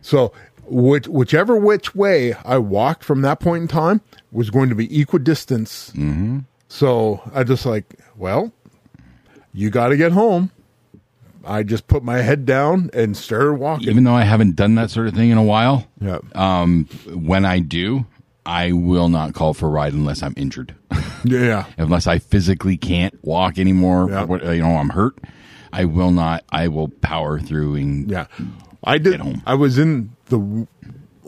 So, which, whichever which way I walked from that point in time was going to be equidistance. Mm-hmm. So I just like, well, you got to get home. I just put my head down and started walking. Even though I haven't done that sort of thing in a while, yeah. um, when I do, I will not call for a ride unless I'm injured, <laughs> yeah. unless I physically can't walk anymore. Yeah. What You know, I'm hurt. I will not. I will power through and Yeah. I did. home. I was in the.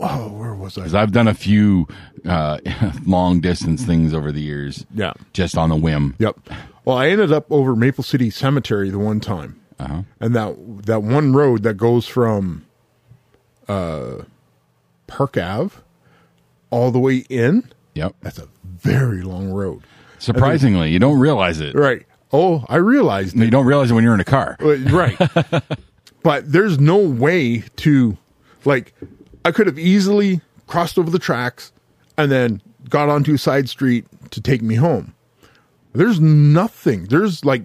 Oh, where was I? 'cause I've done a few uh, <laughs> long distance things over the years. Yeah. just on a whim. Yep. Well, I ended up over Maple City Cemetery the one time, Uh-huh. and that that one road that goes from uh, Park Ave all the way in. Yep. That's a very long road, Surprisingly, you don't realize it. right? Oh, I realized You don't realize it when you're in a car. But- right. but there's no way to, like, I could have easily crossed over the tracks and then got onto a side street to take me home. There's nothing. There's like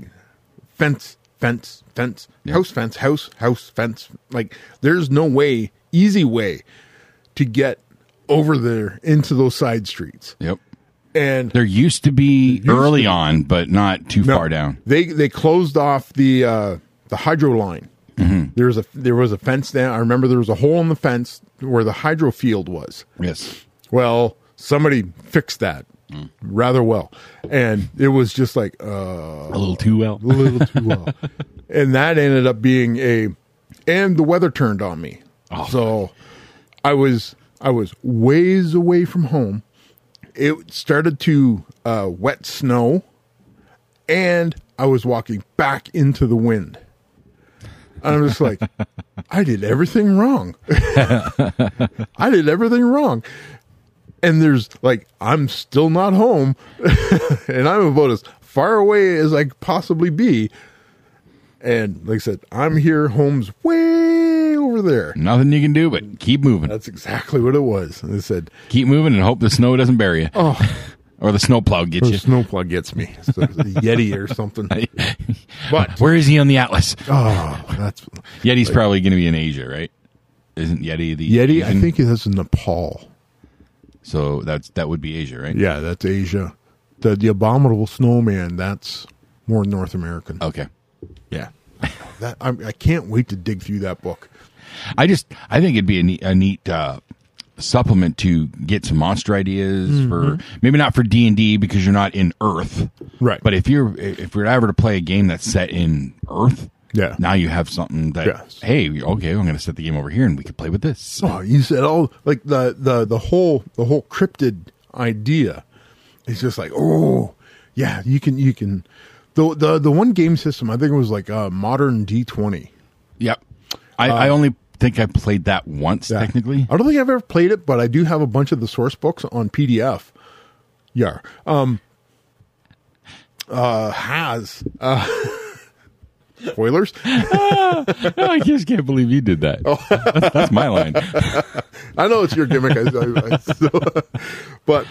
fence, fence, fence, house, fence, house, house, fence. Like, there's no way, easy way to get over there into those side streets. Yep. And There used to be early on, but not too no. far down. They they closed off the uh, the hydro line. Mm-hmm. There was a there was a fence down. I remember there was a hole in the fence where the hydro field was. Yes. Well, somebody fixed that rather well, and it was just like uh, A little too well. a little too <laughs> well, and that Oh. ended up being a. And the weather turned on me, so I was I was ways away from home. It started to uh, wet snow, and I was walking back into the wind. And I'm just <laughs> like, I did everything wrong. <laughs> I did everything wrong. And there's like, I'm still not home, <laughs> and I'm about as far away as I could possibly be. And like I said, I'm here, home's way over there. Nothing you can do but keep moving. That's exactly what it was. And they said, keep moving and hope the snow doesn't bury you. Oh. <laughs> or the snowplow gets the you. snowplow gets me. <laughs> So it's a Yeti or <laughs> something. But, Where is he on the atlas? oh, that's Yeti's probably going to be in Asia, right? Isn't Yeti the Yeti. I Asian? think that's in Nepal. so. That's that would be Asia, right? Yeah, that's Asia. The, the abominable snowman, that's more North American. Okay. Oh, yeah. that, I, I can't wait to dig through that book. I just I think it'd be a neat, a neat uh, supplement to get some monster ideas for Mm-hmm. maybe not for D and D because you're not in Earth, Right. But if you're if you're ever to play a game that's set in Earth, Yeah. now you have something that Yes. hey, okay, I'm going to set the game over here and we could play with this. Oh, you said all like the the the whole the whole cryptid idea. It's just like oh yeah, you can you can the the the one game system I think it was like uh, modern D twenty. Yep, Uh, I, I only think I played that once <laughs> technically. I don't think I've ever played it, but I do have a bunch of the source books on PDF. Yeah, um, uh, has uh, <laughs> spoilers. I just can't believe you did that. <laughs> That's my line. I know it's your gimmick, I, I, I, so- <laughs> but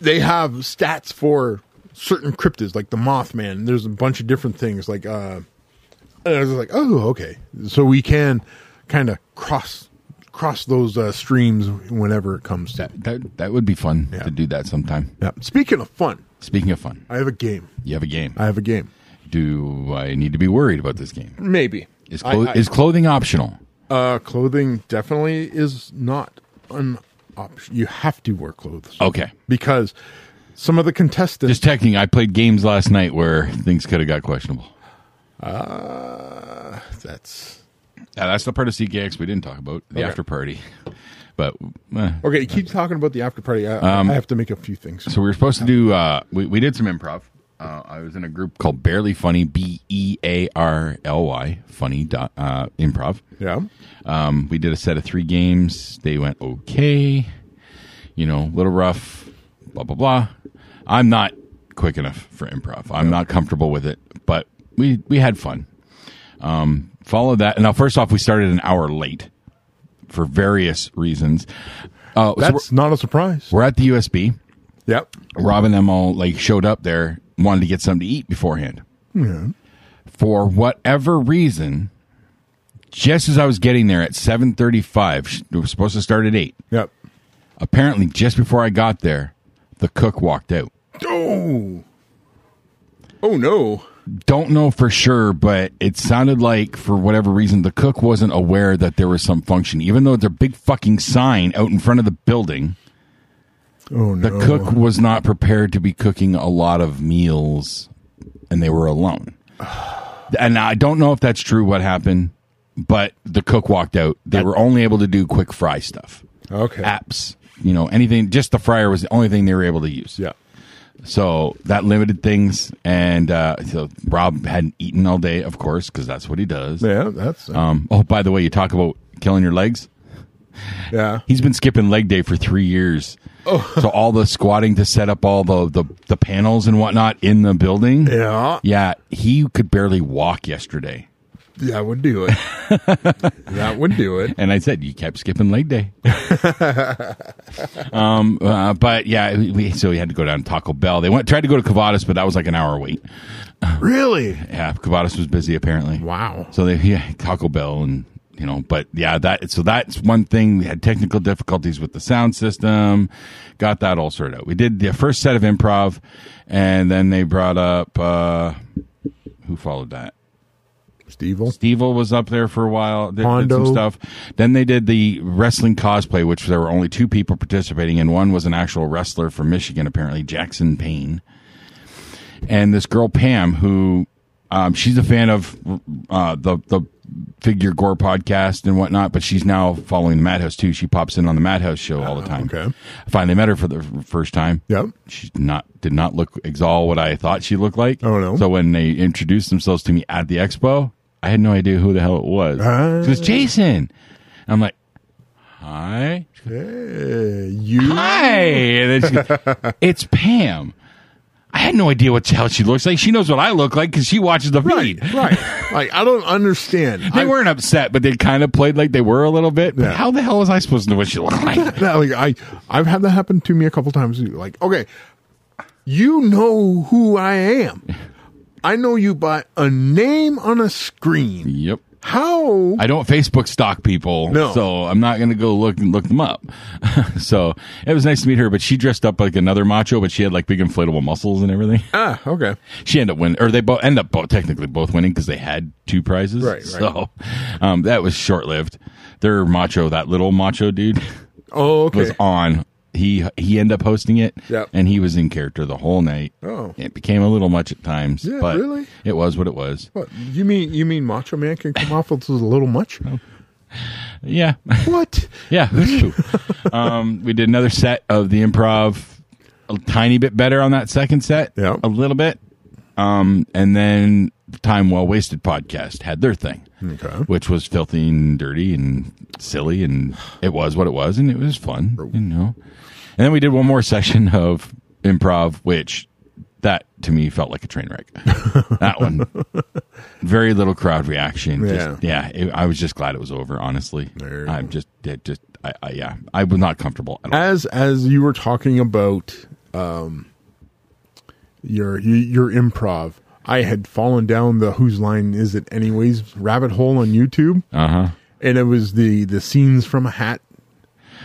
they have stats for certain cryptids, like the Mothman. There's a bunch of different things, like uh, and I was like, oh, okay, so we can kind of cross cross those uh, streams whenever it comes to. That that would be fun Yeah. to do that sometime. Yeah. Speaking of fun, Speaking of fun, I have a game. you have a game. I have a game. Do I need to be worried about this game? Maybe Is, I- clo- I- is clothing optional? uh, clothing definitely is not an option. You have to wear clothes Okay. because some of the contestants Just checking. I played games last night where things could have got questionable. Uh, that's Yeah, that's the part of CKX we didn't talk about the Okay. after party. But eh. okay. Keep talking about the after party. I, I have to make a few things. Um, so we were supposed to do. Uh, we we did some improv. Uh, I was in a group called Barely Funny, B E A R L Y, funny dot, uh, improv. yeah, Um, we did a set of three games. They went okay, you know, a little rough, blah blah blah. I'm not quick enough for improv. I'm not comfortable with it, but we we had fun. Um, follow that. Now, first off, we started an hour late for various reasons. Uh, so that's not a surprise. we're, we're at the USB. Yep. Rob and them all like showed up there, wanted to get something to eat beforehand. For whatever reason, just as I was getting there at seven thirty-five, sh- it was supposed to start at eight. Yep. Apparently, just before I got there, the cook walked out. Oh. Oh no. Don't know for sure, but it sounded like for whatever reason the cook wasn't aware that there was some function, even though it's a big fucking sign out in front of the building. Oh The no. cook was not prepared to be cooking a lot of meals and they were alone. and I don't know if that's true what happened, but the cook walked out. They were only able to do quick fry stuff. Okay. Apps, you know, anything just the fryer was the only thing they were able to use. Yeah. So that limited things and uh so Rob hadn't eaten all day, of course, cuz that's what he does. Yeah. That's Um oh by the way, you talk about killing your legs. yeah. He's been skipping leg day for three years. Oh. <laughs> So all the squatting to set up all the, the, the panels and whatnot in the building. Yeah. Yeah, he could barely walk yesterday. That would do <laughs> it. that would do it. And I said, you kept skipping leg <laughs> day. um, uh, but yeah, we, so we had to go down to Taco Bell. They went, tried to go to Cavadas, but that was like an hour wait. Really? Yeah, Cavadas was busy apparently. Wow. So they, yeah, Taco Bell and, you know, but yeah, that, so that's one thing. We had technical difficulties with the sound system, got that all sorted out. We did the first set of improv and then they brought up, uh, who followed that? Steve. Steve was up there for a while. They did Hondo. some stuff. Then they did the wrestling cosplay, which there were only two people participating in. One was an actual wrestler from Michigan, apparently Jackson Payne, and this girl Pam, who um, she's a fan of uh, the the figure gore podcast and whatnot, but she's now following the Madhouse too. She pops in on the Madhouse show all the time. Oh, okay. I finally met her for the f- first time. Yep. She did not did not look exall what I thought she looked like. Oh, no. So when they introduced themselves to me at the expo, I had no idea who the hell it was. Ah. It was Jason. I'm like, hi. Hey, you. Hi. And then she <laughs> goes, it's Pam. I had no idea what the hell she looks like. She knows what I look like because she watches the feed. Right. Like, I don't understand. They I, weren't upset, but they kind of played like they were a little bit. But Yeah. how the hell was I supposed to know what she looked <laughs> like? that, like, I, I've had that happen to me a couple times. Like, okay, you know who I <laughs> am. I know you by a name on a screen. yep. How? I don't Facebook stalk people, No. so I'm not going to go look look them up. <laughs> so it was nice to meet her, but she dressed up like another macho, but she had like big inflatable muscles and everything. <laughs> ah, okay. She ended up winning, or they both end up both technically both winning because they had two prizes. Right, right. So um, that was short lived. Their macho, that little macho dude, Oh, okay. was <laughs> on. He he ended up hosting it, Yep. and he was in character the whole night. Oh. it became a little much at times. Yeah, but really? It was what it was. What you mean? You mean Macho Man can come off as a little much? Yeah, <laughs> What? <laughs> yeah. who's who? um, we did another set of the improv, a tiny bit better on that second set. Yeah. a little bit. Um, and then the time well wasted podcast had their thing, Okay. which was filthy and dirty and silly, and it was what it was, and it was fun, you know. And then we did one more session of improv, which that to me felt like a train wreck. <laughs> that one, very little crowd reaction. Just, yeah, it, I was just glad it was over. Honestly, There you I'm just, it just, I, I, yeah, I was not comfortable at all. As as you were talking about um, your your improv, I had fallen down the whose line is it anyways rabbit hole on YouTube, Uh huh. and it was the the scenes from a hat.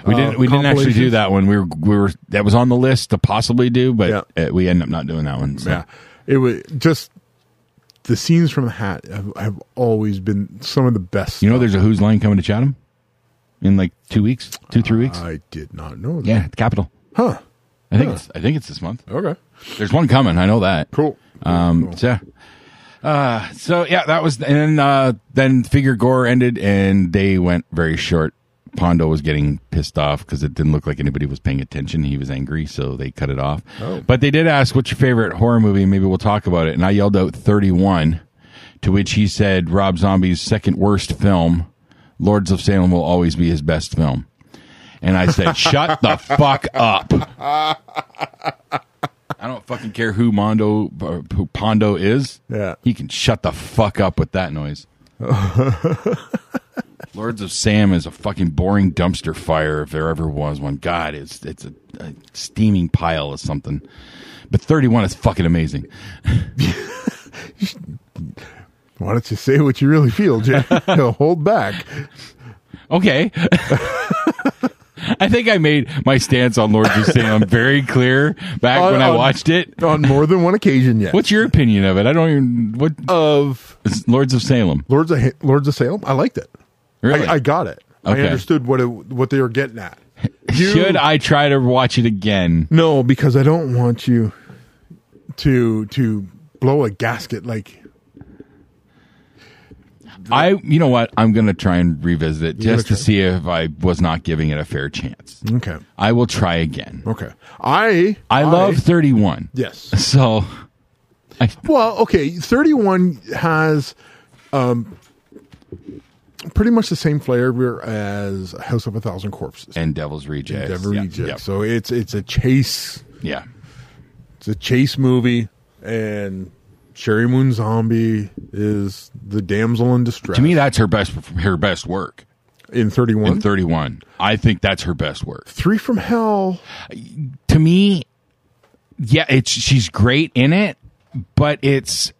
We uh, didn't. We didn't actually do compilations. that one. We were. We were. That was on the list to possibly do, but Yeah. uh we ended up not doing that one. So. Yeah, it was just the scenes from a hat have, have always been some of the best. You know, there's a Who's Line coming to Chatham in like two weeks, two three weeks. I did not know that. yeah, at the Capitol. Uh, Huh. I think. It's, I think it's this month. Okay. There's one coming. I know that. Cool. Um. So. yeah. Uh, so yeah, that was and uh, then figure gore ended and they went very short. Pondo was getting pissed off because it didn't look like anybody was paying attention. He was angry, so they cut it off. Oh. But they did ask, "What's your favorite horror movie?" Maybe we'll talk about it. And I yelled out thirty-one, to which he said, "Rob Zombie's second worst film, Lords of Salem, will always be his best film." And I said, "Shut the fuck up." I don't fucking care who Mondo or who Pondo is. Yeah. He can shut the fuck up with that noise. Lords of Sam is a fucking boring dumpster fire if there ever was one. God, it's it's a, a steaming pile of something. But 31 is fucking amazing. Why don't you say what you really feel, <laughs> Jay? No, Hold back. Okay. <laughs> I think I made my stance on Lords of Salem very clear back On- when I on- watched it. On more than one occasion yet. What's your opinion of it? I don't even what of Lords of Salem. Lords of Ha- Lords of Salem? I liked it. Really? I, I got it. I Okay. understood what it, what they were getting at. You- <laughs> Should I try to watch it again? No, because I don't want you to to blow a gasket like I, you know what? I'm going to try and revisit it You're just to gonna try- see if I was not giving it a fair chance. okay. I will try again. Okay. I I love 31. Yes. So, I, Well, okay, 31 has um, pretty much the same flavor as House of a Thousand Corpses. and Devil's Rejects. Endeavor Yeah, Rejects. yep, So it's it's a chase Yeah. it's a chase movie and Sherry Moon Zombie is the damsel in distress. To me, that's her best her best work in in 31 31. I think that's her best work. 3 from Hell. To me, yeah, it's she's great in it, but it's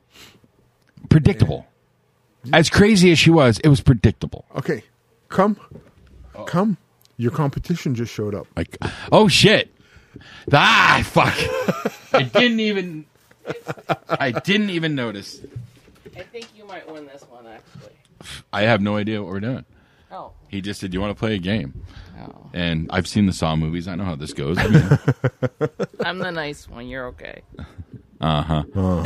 predictable. As crazy as she was, it was predictable. Okay. Come. Come. Your competition just showed up. Like, oh shit! Ah, fuck! I didn't even. I didn't even notice. I think you might win this one, actually. I have no idea what we're doing. Oh. He just said, "Do you want to play a game?" oh. And I've seen the Saw movies. I know how this goes. I mean, I'm the nice one. You're okay. Uh-huh.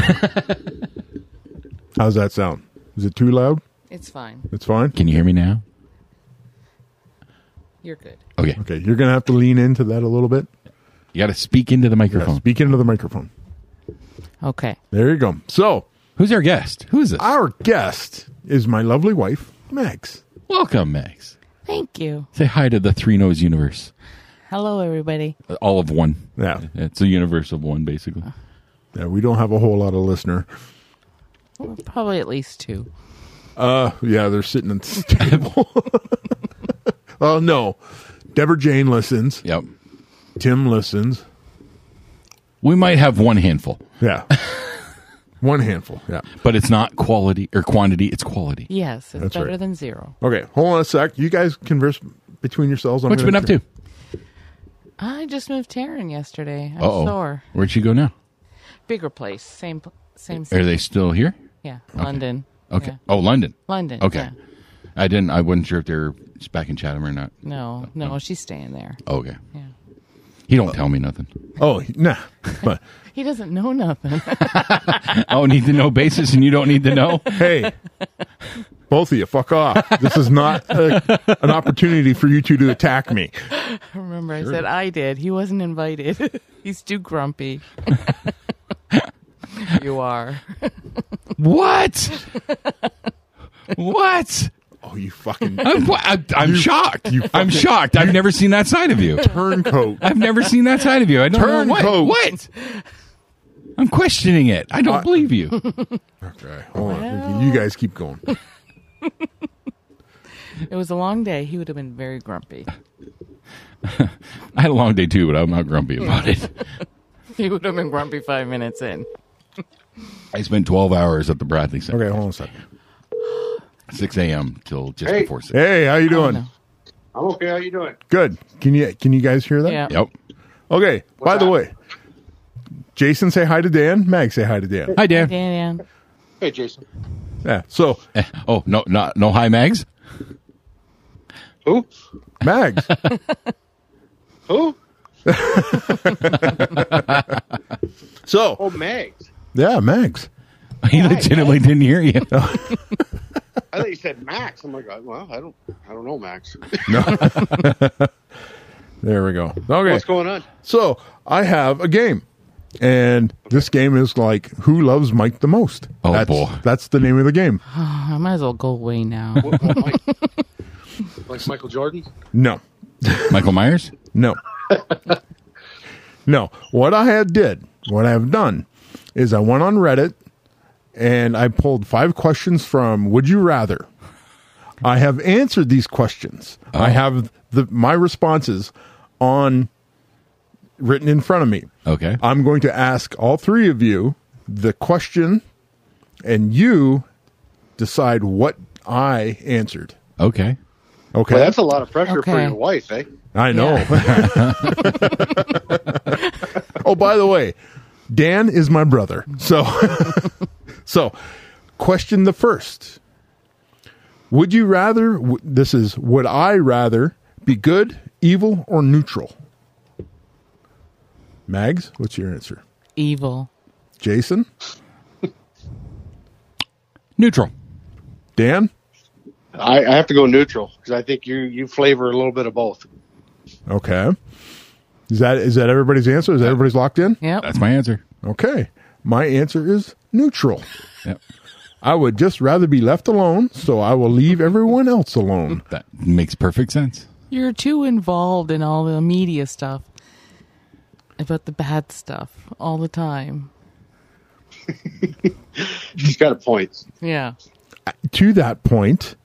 How's that sound? Is it too loud? It's fine. It's fine. Can you hear me now? You're good. Okay. Okay, you're gonna have to lean into that a little bit. You got to speak into the microphone. Speak into the microphone. Okay. There you go. So Who's our guest? Who is this? our guest is my lovely wife, Max. Welcome, Max. Thank you. Say hi to the Three Nose universe. Hello, everybody. Uh, All of one. Yeah. It's a universe of one, <laughs> basically. yeah, we don't have a whole lot of listener. <laughs> Probably at least two. Uh, yeah, they're sitting at the table. <laughs> Oh no, Deborah Jane listens. Yep. Tim listens. We might have one handful, Yeah, <laughs> one handful. Yeah. but it's not quality or quantity. It's quality. Yes, it's That's better right. than zero. Okay, hold on a sec. You guys converse between yourselves. I'm What you been gonna- up to? I just moved Taryn yesterday. I'm Uh-oh. sore. Where'd you go now? Bigger place. Same. pl- Same. Are they still here? yeah. London. Okay. Yeah. Oh, London. London. Okay. yeah. I didn't. I wasn't sure if they were back in Chatham or not. No, no, she's staying there. Oh, okay. Yeah. He don't tell me nothing. Oh, nah. But He doesn't know nothing. <laughs> I don't need to know basis, and you don't need to <laughs> know. hey, <laughs> both of you, fuck off. This is not a, an opportunity for you two to attack me. Remember, I said I did. He wasn't invited. <laughs> He's too <laughs> grumpy. <laughs> you are. What? <laughs> what? Oh, you fucking <laughs> I'm, I, am shocked. you <laughs> I'm fucking- shocked. I've never seen that side of you. <laughs> turncoat. I've never seen that side of you. I don't know what. Turncoat. What? I'm questioning it. I don't Uh, believe you. Okay, hold on. You guys keep going. It was a long day. He would have been very <laughs> grumpy. I had a long day too, but I'm not grumpy about it. He would have been grumpy five minutes in. I spent 12 hours at the Bradley Center, Okay, hold on a second. 6 a.m. till just Hey. before 6. Hey, how you doing? no. I'm okay. How you doing? Good. Can you can you guys hear that? Yeah. Yep. Okay. by the up? way, Jason, say hi to Dan. Mag, say hi to Dan. Hi, Dan. Dan, Dan. Hey, Jason. Yeah. So, Eh, Oh no, no, no! Hi, Mags. <laughs> Who? Mags, Who? so Oh, Megs. yeah, Mags. He legitimately didn't hear you. I thought you said Max. I'm like, uh, well, I don't, I don't know, Max. <laughs> There we go. Okay. What's going on? So I have a game, and this game is like Who Loves Mike the Most? Oh, that's, boy. That's the name of the game. I might as well go away <laughs> now. What, what, Mike? like Michael Jordan? No, Michael Myers. <laughs> no, no. What I had did, what I have done, is I went on Reddit and I pulled five questions from Would You Rather. I have answered these questions. Oh. I have the my responses on written in front of me. Okay. I'm going to ask all three of you the question, and you decide what I answered. Okay. Okay, Well, that's a lot of pressure for Okay. your wife, eh? I know. <laughs> oh, by the way, Dan is my brother. So, <laughs> so question the first: Would you rather? w- This is would I rather be good, evil, or neutral? Mags, what's your answer? Evil. Jason, Neutral. Dan. I, I have to go neutral because I think you, you flavor a little bit of both. Okay. Is that is that everybody's answer? Is that everybody's locked in? Yep. That's my answer. Okay. My answer is neutral. Yep. I would just rather be left alone, so I will leave everyone else alone. That makes perfect sense. You're too involved in all the media stuff about the bad stuff all the time. She's got a point. Yeah. To that <laughs> point,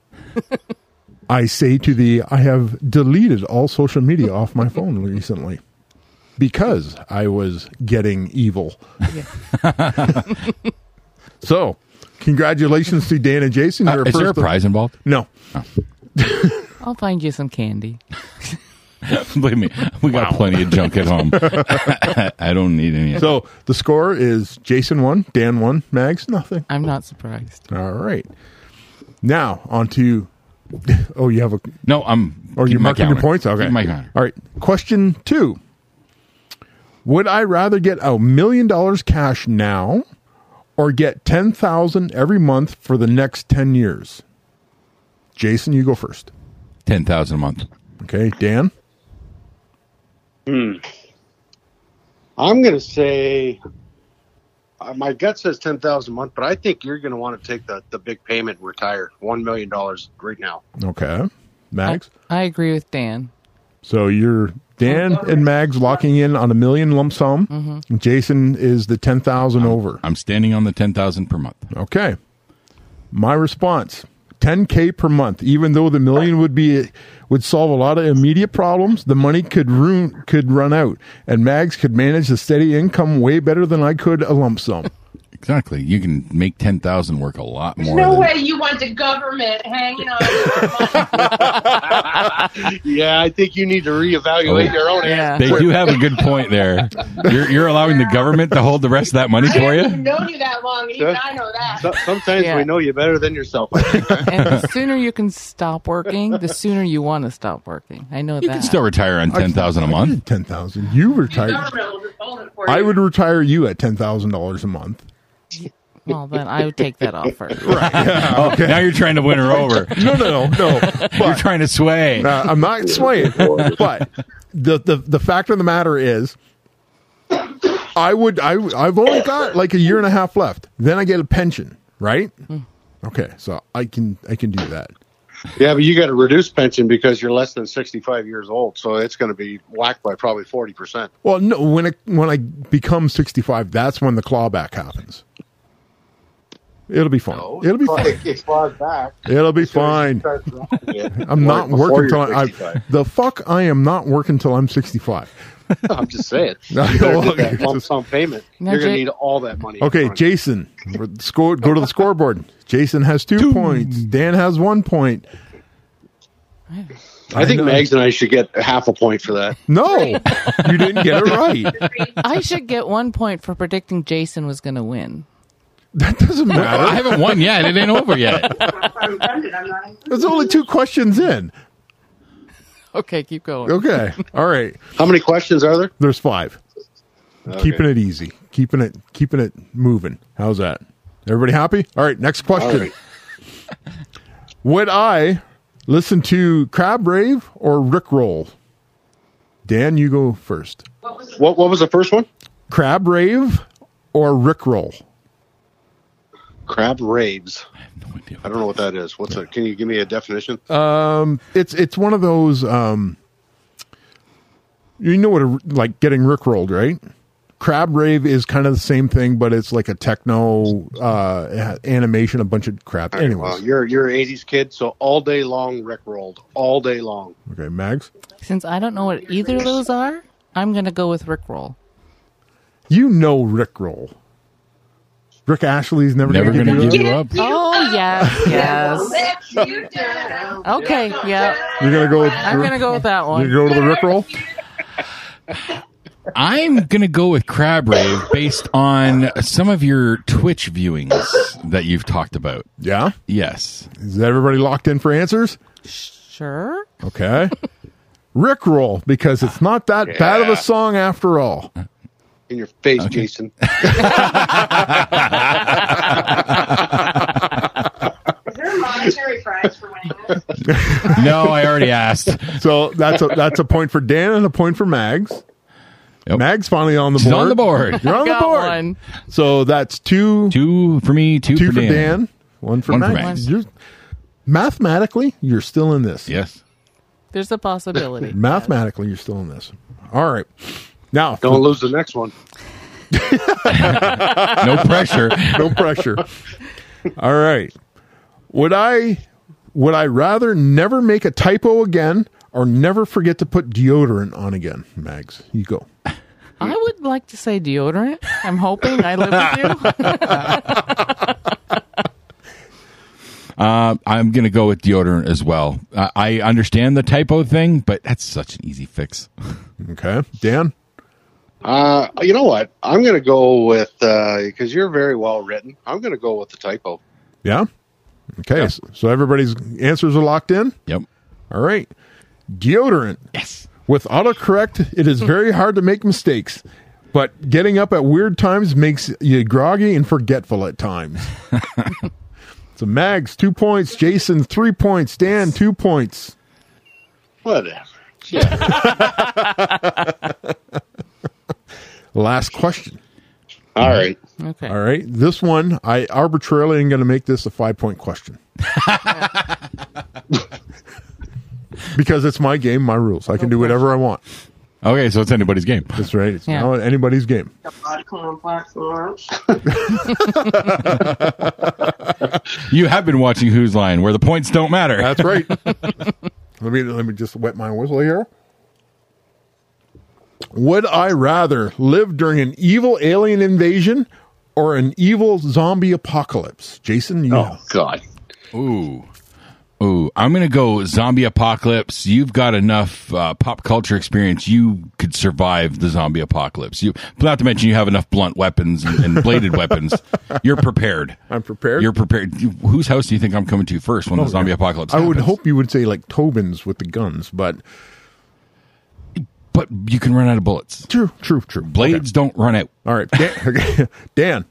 I say to thee, I have deleted all social media off my phone recently because I was getting evil. <laughs> so, congratulations to Dan and Jason. Uh, You're is there a first- prize involved? No. I'll find you some candy. <laughs> Believe me, we got plenty of junk at <laughs> home. <laughs> I don't need any. So the score is Jason one, Dan one, Mags nothing. I'm not surprised. All right. Now on to oh you have a no, I'm. or Oh, keep you're my marking your counter. points. Okay. Keep my counter. All right. Question two. Would I rather get a million dollars cash now or get ten thousand every month for the next ten years? Jason, you go first. Ten thousand a month. Okay, Dan. I'm going to say uh, my gut says 10,000 a month, but I think you're going to want to take the, the big payment and retire $1 million right now. Okay, I, Mags. I agree with Dan. So you're Dan and Mags locking in on a million lump sum. Jason is the ten thousand over. I'm standing on the ten thousand per month. Okay. My response: 10k per month. Even though the million would be would solve a lot of immediate problems, the money could ruin could run out, and Mags could manage the steady income way better than I could a lump sum. Exactly. You can make ten thousand work a lot more. No than- way you want the government hanging on. <laughs> to your money. Yeah, I think you need to reevaluate Oh. your own <laughs> ass. Yeah. They do have a good point there. You're, you're allowing the government to hold the rest of that money I for haven't even you. known you that long, and even I know that. So- Sometimes Yeah. we know you better than yourself. <laughs> I think, right? And the sooner you can stop working, the sooner you want to stop working. I know You that. can still retire on <laughs> ten thousand a month. Ten thousand. You The retired. government will hold it for I you. would retire you at ten thousand dollars a month. well, then I would take that offer. <laughs> Oh, now you're trying to win her <laughs> over. No, <laughs> no, no, no. You're But trying to sway. Uh, I'm not swaying, but the, the the fact of the matter is, I would I would- I've only got like a year and a half left. Then I get a pension, right? Hmm. Okay, so I can I can do that. yeah, but you got to reduce pension because you're less than 65 years old. So it's going to be whacked by probably 40%. Well, no, when it, when I become 65, that's when the clawback happens. It'll be fine. Oh, It'll be fine. It claws back. It'll be As soon as fine. you start dropping it, <laughs> I'm not before working till you're I 65. the fuck I am not working till I'm 65. I'm just saying. <laughs> No, you better well, get that you lump just- sum payment. Now, You're going Jay- to need all that money. Okay, upfront. Jason, score. Go to the scoreboard. Jason has two, points. Dan has one point. I think I know. Mags and I should get half a point for <laughs> that. No, you didn't get it right. I should get one point for predicting Jason was going to win. That doesn't I matter. <laughs> haven't won yet. It ain't over yet. I'm offended. I'm not. There's only two questions in. Okay, keep going. Okay, all right. How many questions are there? There's five. Keeping it easy. Keeping it. Keeping it moving. How's that? Everybody happy? All right. Next question. right. <laughs> Would I listen to Crab Rave or Rickroll? Dan, you go first. What was the What What was the first one? Crab Rave or Rickroll? Crab raves. No idea. I don't know what that is. What's that? Can you give me a definition? it's it's one of those um you know what a, like getting rickrolled right crab rave is kind of the same thing but it's like a techno uh animation a bunch of crap well, anyways Uh, you're you're an '80s kid, so all day long Rick rolled all day long. okay mags Since I don't know what either of those are, I'm going to go with Rickroll. you know rickroll rick ashley's never, Never gonna, gonna give you give up. you up. Oh, yes, yes. let you down? Okay, yeah. you're gonna go with I'm going to go with that you one. go to the rickroll I'm gonna go with Crab Rave based on some of your Twitch viewings that you've talked about. yeah Yes. is everybody locked in for answers Sure. okay rickroll because it's not that bad of a song after all In your face, Jason. Is there a monetary prize for winning this? No, I already asked. So that's a that's a point for Dan and a point for Mags. Yep. Mags finally on the She's board. on the board. You're on the Got board. one. So that's two two Two for me, two, for Dan. one for One for Mags. Mags. You're, mathematically, you're still in this. Yes. There's a possibility. Mathematically, you're still in this. All right. Now, Don't lose the next one. No <laughs> pressure. no pressure. All right. Would I would I rather never make a typo again or never forget to put deodorant on again? Mags, you go. I would like to say deodorant. I'm hoping <laughs> I live with you. Um, I'm gonna go with deodorant as well. I, I understand the typo thing, but that's such an e, easy fix. Okay. Dan? Uh, you know what? I'm going to go with because you're very well written. I'm going to go with the typo. Yeah. Okay. s- So everybody's answers are locked in. Yep. All right. Deodorant. Yes. With autocorrect, it is very hard to make mistakes, but <laughs> getting up at weird times makes you groggy and forgetful at times. So Mags two points, Jason three points, Dan two points. Whatever. Yeah. Last question. All right. Okay. All right, this one I arbitrarily am going to make this a five point <laughs> question because it's my game, my rules. I can do whatever I want. Okay, so it's anybody's game. That's right. It's Yeah. now anybody's game. complex launch. You have been watching Who's Lying, where the points don't matter. That's right. let me <laughs> let me just wet my whistle here. Would I rather live during an evil alien invasion or an evil zombie apocalypse? Jason, you Oh God. Ooh. Ooh, I'm going to go zombie apocalypse. You've got enough uh, pop culture experience. You could survive the zombie apocalypse. You, not to mention, you have enough blunt weapons and, and <laughs> bladed weapons. You're prepared. I'm prepared. Oh, You're prepared. You- Whose house do you think I'm coming to first when the zombie apocalypse I would happens? hope you would say like Tobin's with the guns, but But you can run out of bullets. true, true, true. Blades don't run out. All right, Dan. <laughs> okay. Dan.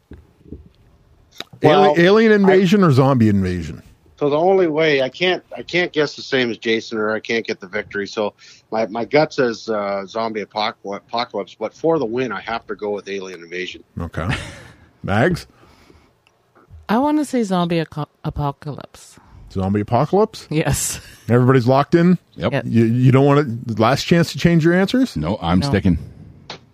Well, Ali- alien invasion or zombie invasion? So the only way I can't I can't guess the same as Jason or I can't get the victory. So my, my gut says uh, zombie apoc- apocalypse, but for the win I have to go with alien invasion. Okay. <laughs> Mags, I want to say zombie aco- apocalypse. zombie apocalypse. <laughs> Yes. Everybody's locked in. Yep. Yep. You, you don't want to. Last chance to change your answers. No, I'm No. sticking. <laughs>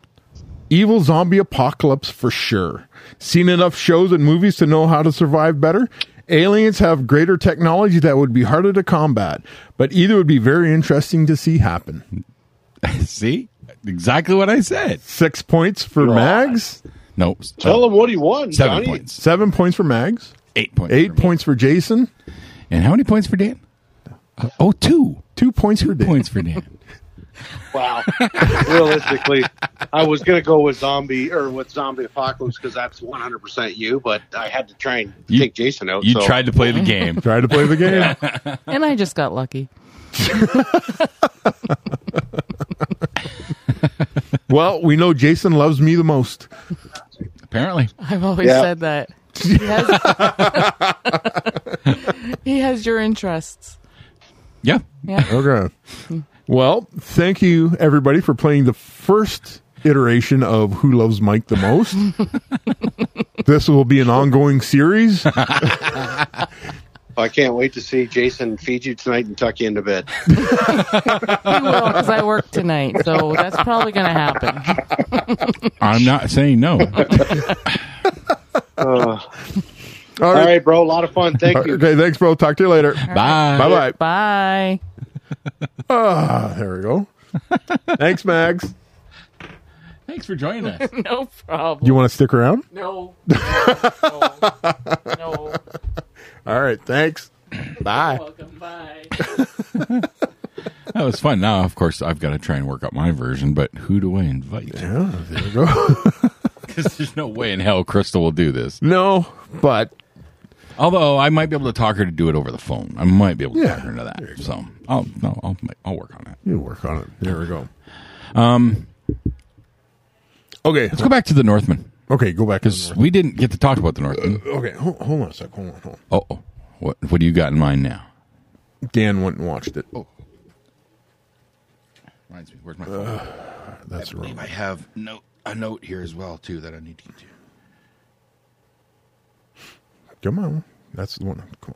Evil zombie apocalypse for sure. Seen enough shows and movies to know how to survive better. Aliens have greater technology that would be harder to combat, but either would be very interesting to see happen. See? Exactly what I said. Six points for Mags, No. Tell Oh. uh, him what he won. seven Johnny. points. seven points for Mags, Eight points. eight for me. points for Jason, And how many points for Dan? Uh, oh, two. two points for Two Dan. points for <laughs> Dan. Wow. <laughs> Realistically, I was gonna go with zombie or with zombie apocalypse because that's 100 percent you. But I had to try and You- take Jason out. You so. tried to play the game. Try to play the <laughs> game. And I just got lucky. well, we know Jason loves me the most. Apparently. I've always Yeah. said that. He has, <laughs> he has your interests. Yeah. <laughs> Yeah. Okay. Well, thank you everybody for playing the first iteration of Who Loves Mike the <laughs> Most. this will be an ongoing <laughs> series. I can't wait to see Jason feed you tonight and tuck you into <laughs> bed. He will, because I work tonight. So that's probably going to happen. I'm not <laughs> saying no. All All right. right, bro. A lot of fun. Thank you. Okay, thanks, bro. Talk to you later. Bye. Bye bye. Bye. Ah, There we <laughs> go. Thanks, Mags. Thanks for joining us. No problem. You want to stick around? no. No. no. All right. Thanks. Bye. Welcome. Bye. That was fun. Now, of course, I've got to try and work out my version, but who do I invite? There we go. <laughs> Because <laughs> there's no way in hell Crystal will do this. no, but Although I might be able to talk her to do it over the phone. I might be able to Yeah. talk her into that. So, I'll, no, I'll, I'll work on it. you work on it. There we go. Um. Okay. Um, Let's go back to the Northman. Okay. Go back. Because we didn't get to talk about the Northman. Okay. Hold, hold on a sec. Hold on. Hold on. Oh, oh. what, what do you got in mind now? Dan went and watched it. Oh, Reminds me, where's my phone? that's the wrong. I have note, a note here as well, too, that I need to get to. Come on. That's the one. Come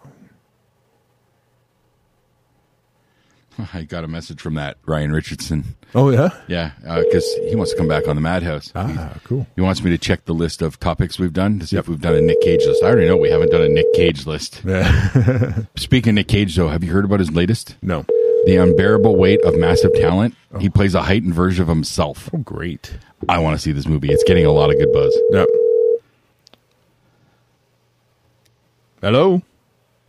on. <laughs> I got a message from that Ryan Richardson. Oh yeah. Yeah, because he wants to come back on the Madhouse. Ah, cool. He wants me to check the list of topics we've done to see if we've done a Nick Cage list. I already know we haven't done a Nick Cage list. Yeah. <laughs> Speaking of Nick Cage, though, have you heard about his latest? no. The Unbearable Weight of Massive Talent. He plays a heightened version of himself. Great. I want to see this movie. It's getting a lot of good buzz. Yep. Hello.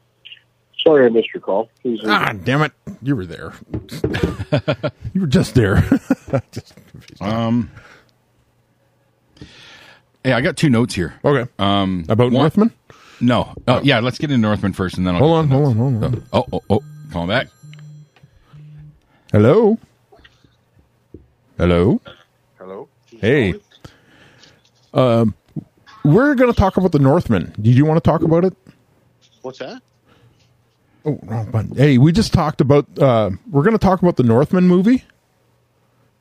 <laughs> Sorry, I missed your call. Ah, damn it! You were <laughs> there. you were just there. <laughs> Just- Hey, I got two notes here. okay. Um, about Northman. No. Oh, yeah, let's get into Northman first and then I'll Hold get on. the Hold notes. on. Hold on. Oh, oh, oh. Calling back. Hello. Hello. Hello. Hey. Uh, Um, we're going to talk about the Northman. Did you want to talk about it? What's that? Oh, wrong button. Hey, we just talked about. Uh, we're going to talk about the Northman movie,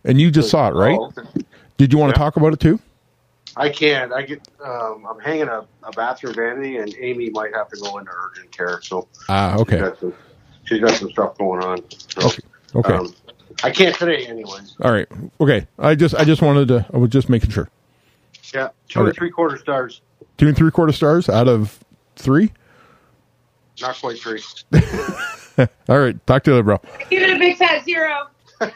and you just saw it, right? Oh, okay. Did you want Yeah. to talk about it too? I can't. I get. Um, I'm hanging a, a bathroom vanity, and Amy might have to go into urgent care. So Ah, she's okay, got some, she's got some stuff going on. So, Okay. Okay. Um, I can't today, anyways. all right, okay. I just, I just wanted to. I was just making sure. Yeah, two and Okay. three quarter stars. Two and three quarter stars out of three. Not quite three. All right, talk to you later, bro. Give it a big fat zero. All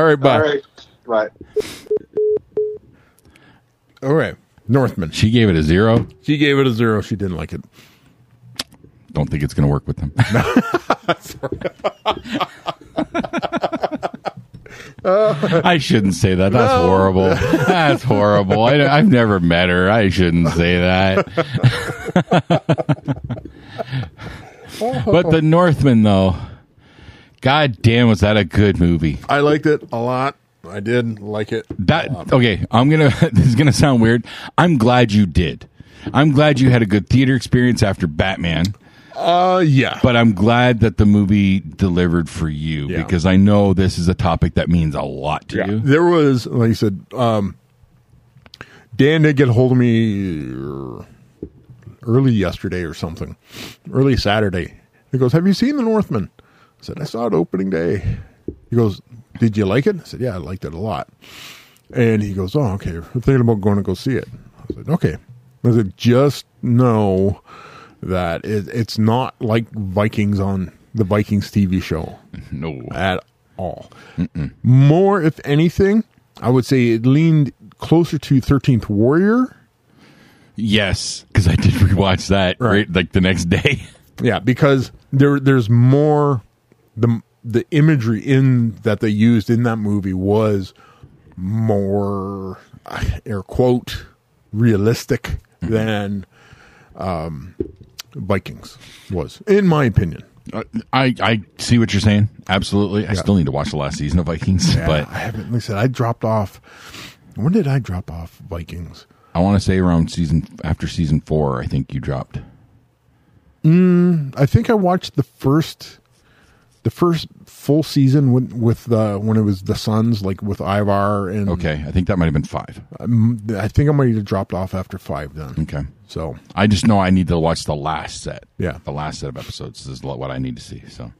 right, bye. All right, right. All right. Northman. She gave it a zero. She gave it a zero. She didn't like it. Don't think it's going to work with them. <laughs> I shouldn't say that. That's horrible. <laughs> That's horrible. I, have never met her. I shouldn't say that. <laughs> but the Northman, though, god damn, was that a good movie? I liked it a lot. I did like it. That okay? I'm gonna. <laughs> This is gonna sound weird. I'm glad you did. I'm glad you had a good theater experience after Batman. Uh, yeah. but I'm glad that the movie delivered for you Yeah. because I know this is a topic that means a lot to you. There was, like you said, um, Dan did get a hold of me early yesterday or something, early Saturday. He goes, Have you seen The Northman? I said, I saw it opening day. He goes, Did you like it? I said, Yeah, I liked it a lot. And he goes, Oh, okay. We're thinking about going to go see it. I said, Okay. I said, Just know that it, it's not like Vikings on the Vikings TV show No, at all. More, if anything, I would say it leaned closer to Thirteenth Warrior. yes, because I did rewatch that right. Right. like the next day. Yeah, because there there's more the the imagery in that they used in that movie was more uh, air quote realistic than um, Vikings was, in my opinion. I Uh, I see what you're saying. Absolutely, I still need to watch the last season of Vikings, but I haven't. Like I said, I dropped off. When did I drop off Vikings? I want to say around season after season four, I think you dropped. I think I watched the first the first full season with, with the when it was the Suns, like with Ivar and Okay, I think that might have been five. I think I might have dropped off after five then. Okay. So I just know I need to watch the last set. Yeah. the last set of episodes is lo- what I need to see. So,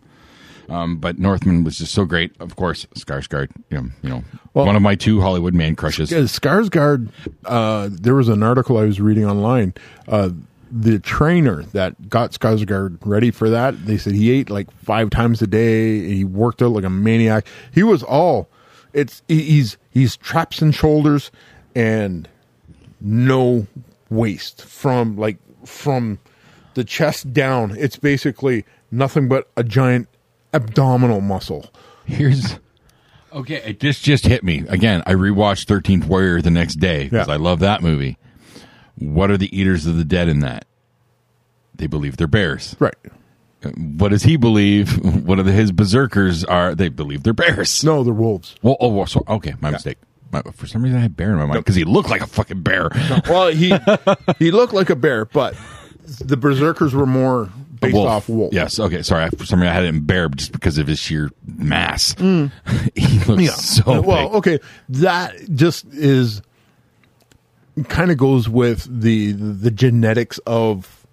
um, but Northman was just so great. Of course, Skarsgård, you know, you know Well- one of my two Hollywood man crushes. yeah, Skarsgård, uh, there was an article I was reading online. Uh, the trainer that got Skarsgård ready for that, they said he ate like five times a day. He worked out like a maniac. He was all. It's he- he's he's traps and shoulders and no waist from like from the chest down. It's basically nothing but a giant abdominal muscle. Here's <laughs> okay. It just just hit me again. I rewatched Thirteenth Warrior the next day because Yeah. I love that movie. What are the eaters of the dead in that? They believe they're bears. Right. What does he believe? <laughs> What are the, his berserkers are? They believe they're bears. No, they're wolves. Well, oh, well, so, okay, my mistake. My, for some reason, I had bear in my mind because he looked like a fucking bear. Well, he he looked like a bear, but the berserkers were more based wolf. off wolf. Yes. Okay. Sorry. I- For some reason, I had it in bear just because of his sheer mass. <laughs> Mm. he looks Yeah. so well, big. okay, that just is kind of goes with the the genetics of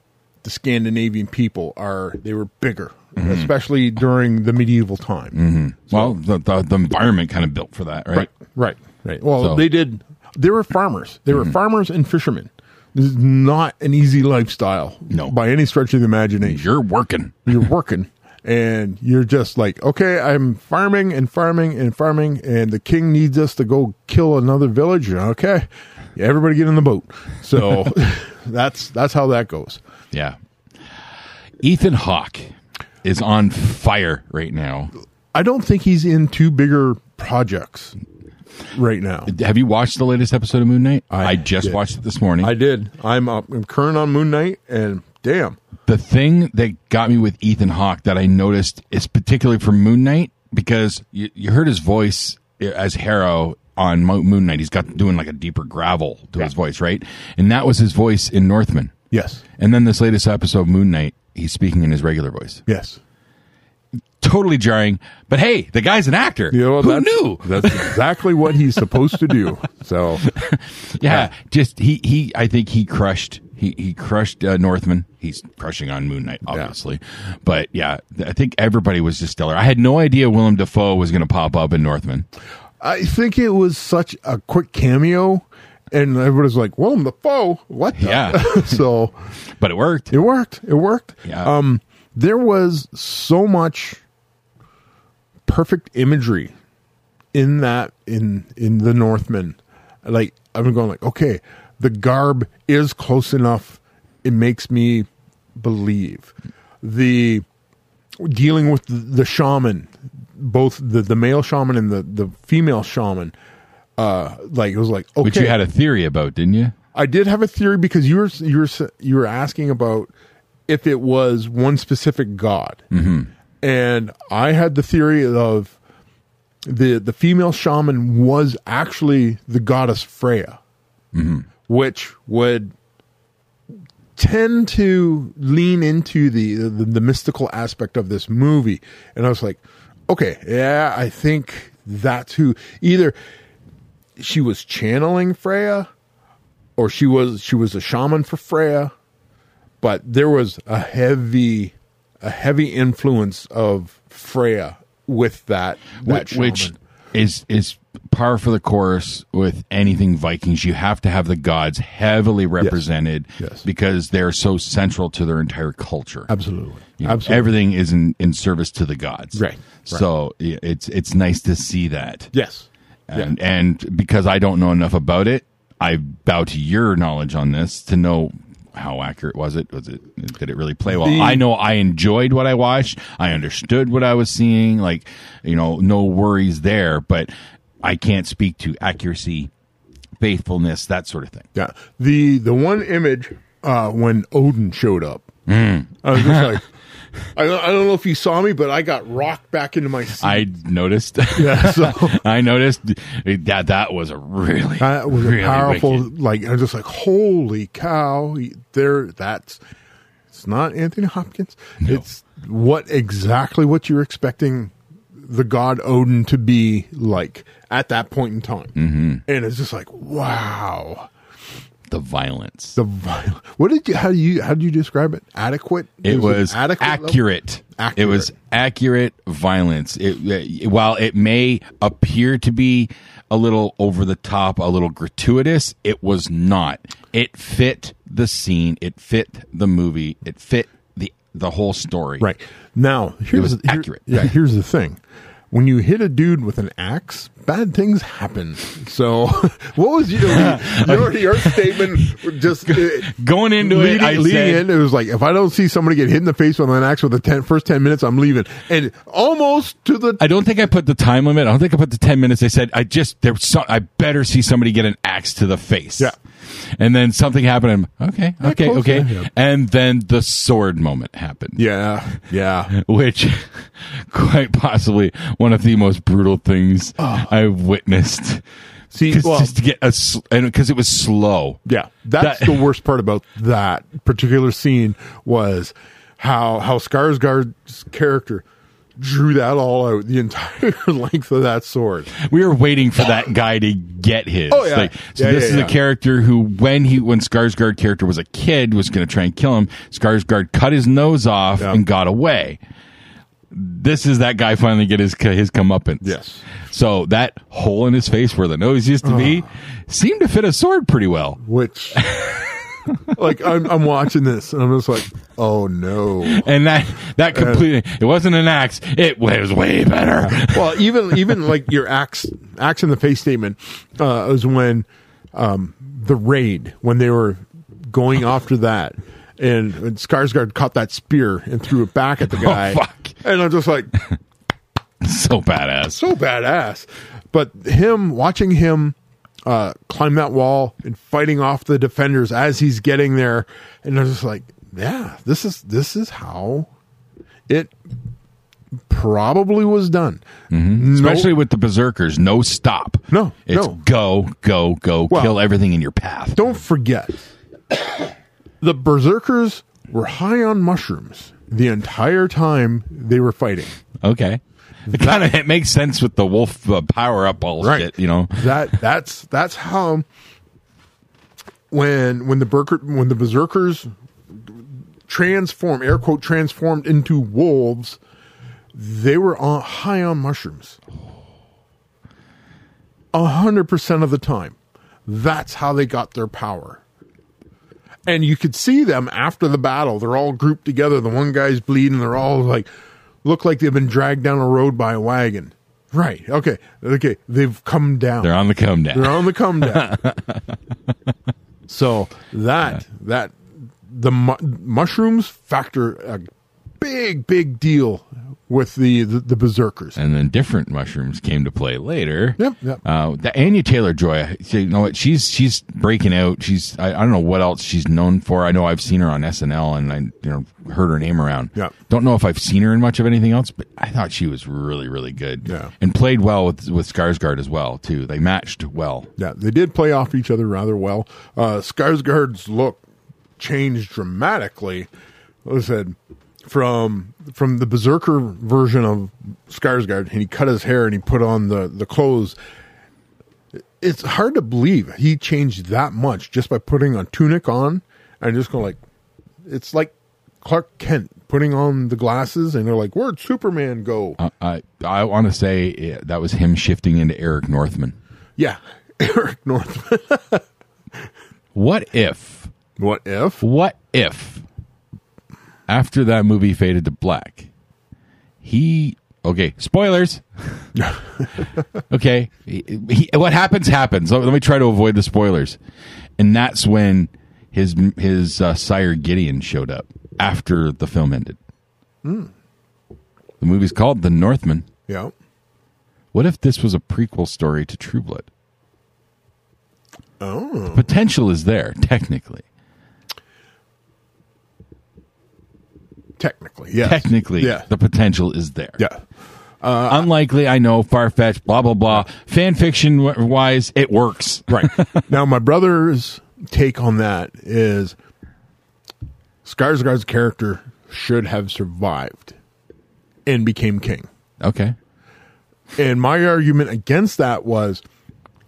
the Scandinavian people are they were bigger, Mm-hmm. especially during the medieval time. Well, the, the, the environment kind of built for that, right? Right, right, right. Well, So- Mm-hmm. they did. They were farmers. They were farmers and fishermen. This is not an easy lifestyle, No. by any stretch of the imagination. You're working. you're working <laughs> and you're just like okay i'm farming and farming and farming and the king needs us to go kill another village okay yeah, everybody get in the boat so <laughs> that's that's how that goes Yeah. Ethan Hawke is on fire right now. i don't think he's in two bigger projects right now Have you watched the latest episode of Moon Knight? I just did. watched it this morning. i did i'm up i'm current on moon knight and damn the thing that got me with Ethan Hawke that I noticed is particularly for Moon Knight because you, you heard his voice as Harrow on Mo- Moon Knight. He's got doing like a deeper gravel to his voice, right? And that was his voice in Northman. Yes. And then this latest episode of Moon Knight, he's speaking in his regular voice. Yes. Totally jarring. But hey, the guy's an actor. You know, Who that's- knew? That's exactly what he's supposed to <laughs> do. So, Yeah, Uh, just he he. I think he crushed. He he crushed uh, Northman. He's crushing on Moon Knight, obviously. But yeah, th- I think everybody was just stellar. I had no idea Willem Dafoe was going to pop up in Northman. I think it was such a quick cameo, and everybody's like, "Well, the foe, what?" the-" Yeah. <laughs> so But it worked. it worked. It worked. Yeah. Um, there was so much perfect imagery in that in in the Northmen. Like I'm going like, okay, the garb is close enough. It makes me believe the dealing with the, the shaman, both the the male shaman and the the female shaman. Uh, like it was like okay, Which you had a theory about, didn't you? I did have a theory because you were you were you were asking about if it was one specific god, and I had the theory of the the female shaman was actually the goddess Freya, which would tend to lean into the, the the mystical aspect of this movie, and I was like, okay, yeah, I think that's who either she was channeling Freya or she was she was a shaman for Freya, but there was a heavy a heavy influence of Freya with that, that Wh- which shaman. is is par for the course with anything Vikings. You have to have the gods heavily represented Yes. because they're so central to their entire culture. absolutely You know, absolutely Everything is in, in service to the gods. Right, right. So i- it's it's nice to see that. yes And and because I don't know enough about it, I bow to your knowledge on this to know how accurate was it? Was it did it really play well? The- I know I enjoyed what I watched. I understood what I was seeing. Like, you know, no worries there, but I can't speak to accuracy, faithfulness, that sort of thing. yeah the the one image uh, when Odin showed up, I was just like. I don't, I don't know if you saw me, but I got rocked back into my seat. I noticed. Yeah, <laughs> so- <laughs> I noticed that that was a really That was really a powerful. wicked- Like I'm just like, holy cow! There, that's it's not Anthony Hopkins. It's what exactly what you're expecting the god Odin to be like at that point in time, mm-hmm. and it's just like, wow, the violence. the viol- What did you? How do you? How do you describe it? Adequate. it was an adequate level? accurate. It was accurate violence. It, it- while it may appear to be a little over the top, a little gratuitous, it was not. It fit the scene. It fit the movie. It fit the the whole story. Right. Now, here's was here- accurate. Yeah, here's the thing. When you hit a dude with an axe, bad things happen. So, <laughs> what was <laughs> your your, your statement? Just uh, Going into leading, it, I leading said, in, it was like if I don't see somebody get hit in the face with an axe with the ten, first ten minutes, I'm leaving. And almost to the I don't think I put the time limit. I don't think I put the ten minutes. I said I just there. was So, I better see somebody get an axe to the face. Yeah. and then something happened. I'm, okay, okay, close, okay. yeah, yeah. And then the sword moment happened. yeah <laughs> yeah <laughs> which quite possibly one of the most brutal things I've witnessed. See, 'Cause Ah. well- just to get a sl- and because it was slow. yeah. That's That- the worst part about that particular scene was how how Skarsgård's character drew that all out the entire <laughs> length of that sword. we were waiting for that guy to get his. Oh, yeah. Like, so Yeah, this yeah, is yeah. a character who, when he when Skarsgård character was a kid, was going to try and kill him. Skarsgård cut his nose off Yeah. and got away. This is that guy finally get his his comeuppance. Yes. So that hole in his face where the nose used to be seemed to fit a sword pretty well. which <laughs> like I'm, I'm watching this and I'm just like, oh no. and that that Uh, completely it wasn't an axe it was way better <laughs> Well, even even like your axe axe in the face statement uh, was when um, the raid when they were going after that. And, and Skarsgård caught that spear and threw it back <laughs> at the guy. fuck. And I'm just like, so badass so badass. But him watching him uh, climb that wall and fighting off the defenders as he's getting there, and I'm just like, yeah, this is this is how it probably was done. No- especially with the berserkers no stop No, it's no. go go go Well- kill everything in your path don't forget <coughs> The berserkers were high on mushrooms the entire time they were fighting. Okay. It kind of it makes sense with the wolf uh, power up all shit, you know. that that's that's how when when the berker, when the berserkers transform air quote transformed into wolves they were on, high on mushrooms a hundred percent of the time that's how they got their power and you could see them after the battle they're all grouped together the one guy's bleeding they're all like look like they've been dragged down a road by a wagon right okay okay they've come down They're on the come down. they're on the come down. so that that the mu- mushrooms factor a big big deal with the the, the berserkers. and then different mushrooms came to play later. Yep, yep. Uh, the Anya Taylor Joy, you know what? She's she's breaking out. She's I, I don't know what else she's known for. I know I've seen her on SNL and I you know heard her name around. Yeah. Don't know if I've seen her in much of anything else, but I thought she was really really good. Yeah. And played well with with Skarsgård as well too. They matched well. Yeah, they did play off each other rather well. Uh, Skarsgård's look changed dramatically. Like I said, from from the berserker version of Skarsgård, and he cut his hair and he put on the the clothes. It's hard to believe he changed that much just by putting a tunic on and just going like, it's like Clark Kent putting on the glasses and they're like, where'd Superman go? Uh, I I want to say eh, that was him shifting into Eric Northman. yeah, <laughs> Eric Northman. What if? what if? What if after that movie faded to black, he okay, spoilers. okay, he, he- what happens happens. Let, let me try to avoid the spoilers. And that's when his his uh, sire Gideon showed up after the film ended. Hmm. The movie's called The Northman. Yeah. What if this was a prequel story to True Blood? Oh. The potential is there, technically. Technically, yes. Technically, yeah, the potential is there. yeah. Unlikely, I know, far fetched, blah, blah, blah. Fan fiction w- wise, it works. Right. now, my brother's take on that is Skarsgård's character should have survived and became king. <laughs> Okay. And my argument against that was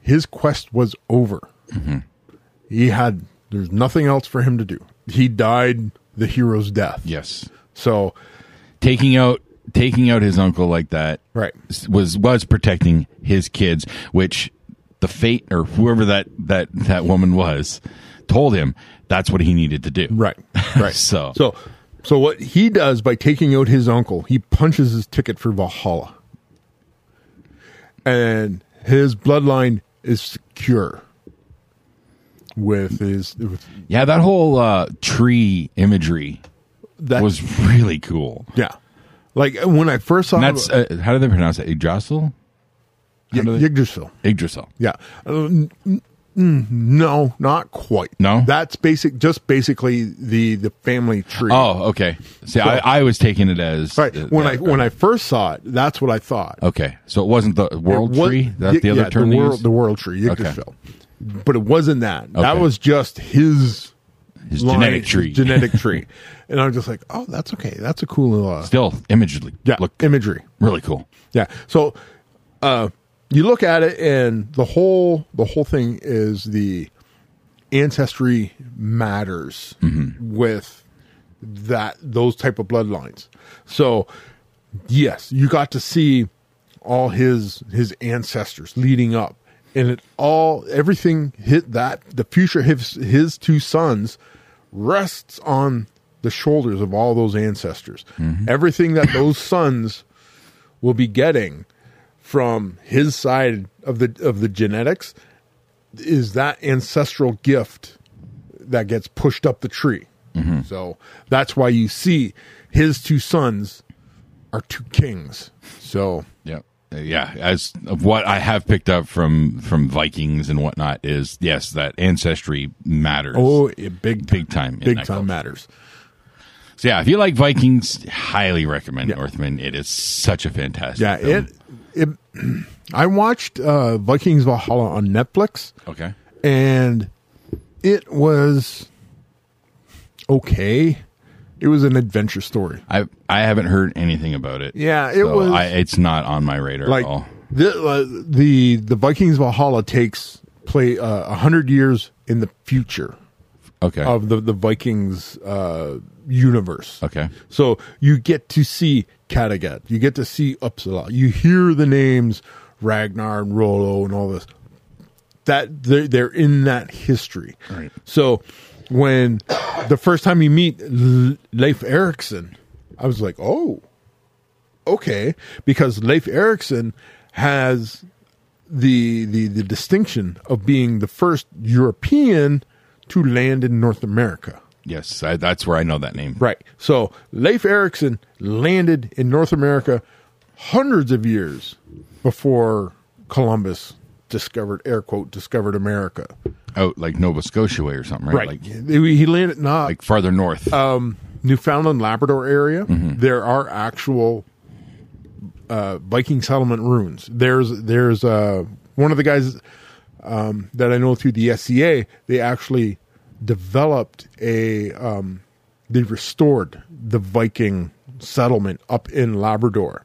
his quest was over. He had, there's nothing else for him to do. He died the hero's death. Yes. So, Taking out. Taking out his uncle like that Right. s- was was protecting his kids, which the fate or whoever that that that woman was told him that's what he needed to do. <laughs> right, right. So- so, so what he does by taking out his uncle, he punches his ticket for Valhalla. and his bloodline is secure with his with Yeah, that whole uh, tree imagery that was really cool. yeah like when i first saw And that's uh, how do they pronounce it? Yggdrasil. Y- how do they- Yggdrasil. Yggdrasil. yeah Uh, n- n- no not quite No? that's basic just basically the the family tree Oh, okay. See, I, I was taking it as right uh, when that- i when i first saw it that's what i thought Okay, so it wasn't the world It wa- tree. That's Y- the other yeah, term. the they world, use? the world tree Okay. Yggdrasil. but it wasn't that that Okay. was just his His line- genetic tree. <laughs> genetic tree and i was just like oh that's okay that's a cool uh, Still, imagery yeah, look imagery. really cool. Yeah. So uh, you look at it, and the whole the whole thing is the ancestry matters with that those type of bloodlines. So yes, you got to see all his his ancestors leading up, and it all everything hit that the future his his two sons rests on the shoulders of all those ancestors. Everything that those sons will be getting from his side of the of the genetics is that ancestral gift that gets pushed up the tree. Mm-hmm. So that's why you see his two sons are two kings. So Yeah, yeah. As of what I have picked up from from Vikings and whatnot is yes, that ancestry matters. oh, it, big Big time in big that time culture. matters. So yeah, if you like Vikings, highly recommend Northman. It is such a fantastic. Yeah, film. it it. <clears throat> I watched uh, Vikings Valhalla on Netflix. Okay. and it was okay. It was an adventure story. I I haven't heard anything about it. Yeah, it so was- I, it's not on my radar like at all. the uh, the the Vikings Valhalla takes play uh, a hundred years in the future Okay. of the the Vikings uh, universe. okay. So you get to see Kattegat, you get to see Uppsala, you hear the names Ragnar and Rollo and all this. That they're, they're in that history. Right. So when the first time you meet L- Leif Erikson, I was like, oh, okay, because Leif Erikson has the the the distinction of being the first European to land in North America. Yes, I, that's where I know that name. Right. So Leif Erikson landed in North America hundreds of years before Columbus discovered air quote discovered America. Oh, Out like Nova Scotia way or something, right? Like, he he landed not like farther north. Uh, Newfoundland Labrador area. There are actual uh, Viking settlement ruins. There's there's uh, one of the guys um, that I know through the SCA. They actually developed a um, they restored the Viking settlement up in Labrador.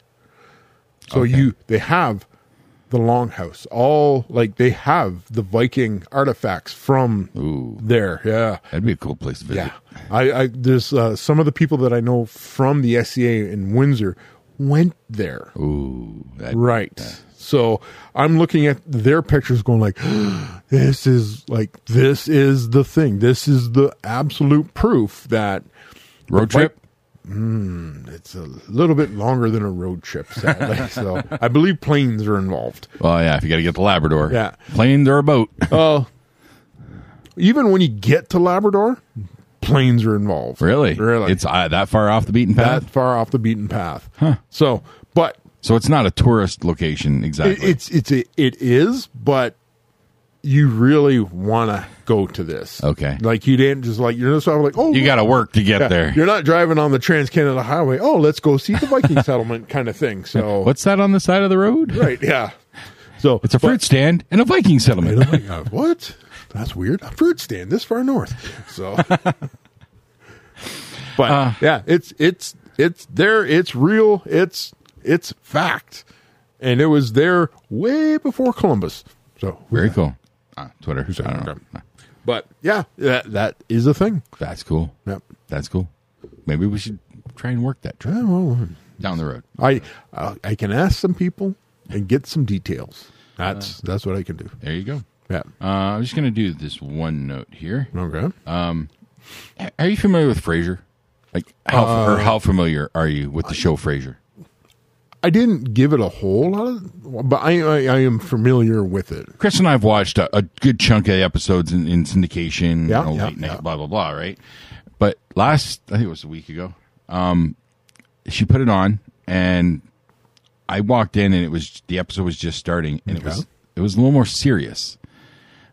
So you they have the longhouse. All like they have the Viking artifacts from there. Yeah. That'd be a cool place to visit. Yeah, I, I there's uh, some of the people that I know from the SCA in Windsor went there. Ooh, that, Right. So I'm looking at their pictures, going like, <gasps> "This is like this is the thing. This is the absolute proof that road the bike- trip. it's a little bit longer than a road trip." <laughs> Sadly, so I believe planes are involved. Well, yeah, if you got to get to Labrador, Yeah. plane or a boat. Oh, even when you get to Labrador, planes are involved. <laughs> really, really, it's uh, that far off the beaten path. that far off the beaten path. So, but so it's not a tourist location it, exactly. it's it's a, it is, but you really want to go to this. Okay. like you didn't just like you're just sort of like oh you got to work to get yeah, there. You're not driving on the Trans Canada Highway. Oh, let's go see the <laughs> Viking settlement kind of thing. So What's that on the side of the road? right? Yeah. So It's a fruit stand and a Viking but- settlement. and <laughs> I'm like, uh, what? That's weird. A fruit stand this far north. <laughs> So, but Uh. yeah, it's it's it's there. It's real. It's it's fact, and it was there way before Columbus. So Very cool. Ah, Uh, Twitter. I don't know. But yeah, that that is a thing. That's cool. Yep. That's cool. Maybe we should try and work that trip Yeah, well, down the road. I uh, I can ask some people and get some details. That's that's what I can do. There you go. Yeah. Uh, I'm just gonna do this one note here. Okay. Are you familiar with Frasier? Like, how, or how familiar are you with the show Frasier? I didn't give it a whole lot of, but I I, I am familiar with it. Chris and I have watched a, a good chunk of episodes in, in syndication, Yeah, you know, yeah, late night, yeah. blah blah blah, right? But last, I think it was a week ago, um, she put it on, and I walked in, and it was the episode was just starting, and it was it was a little more serious.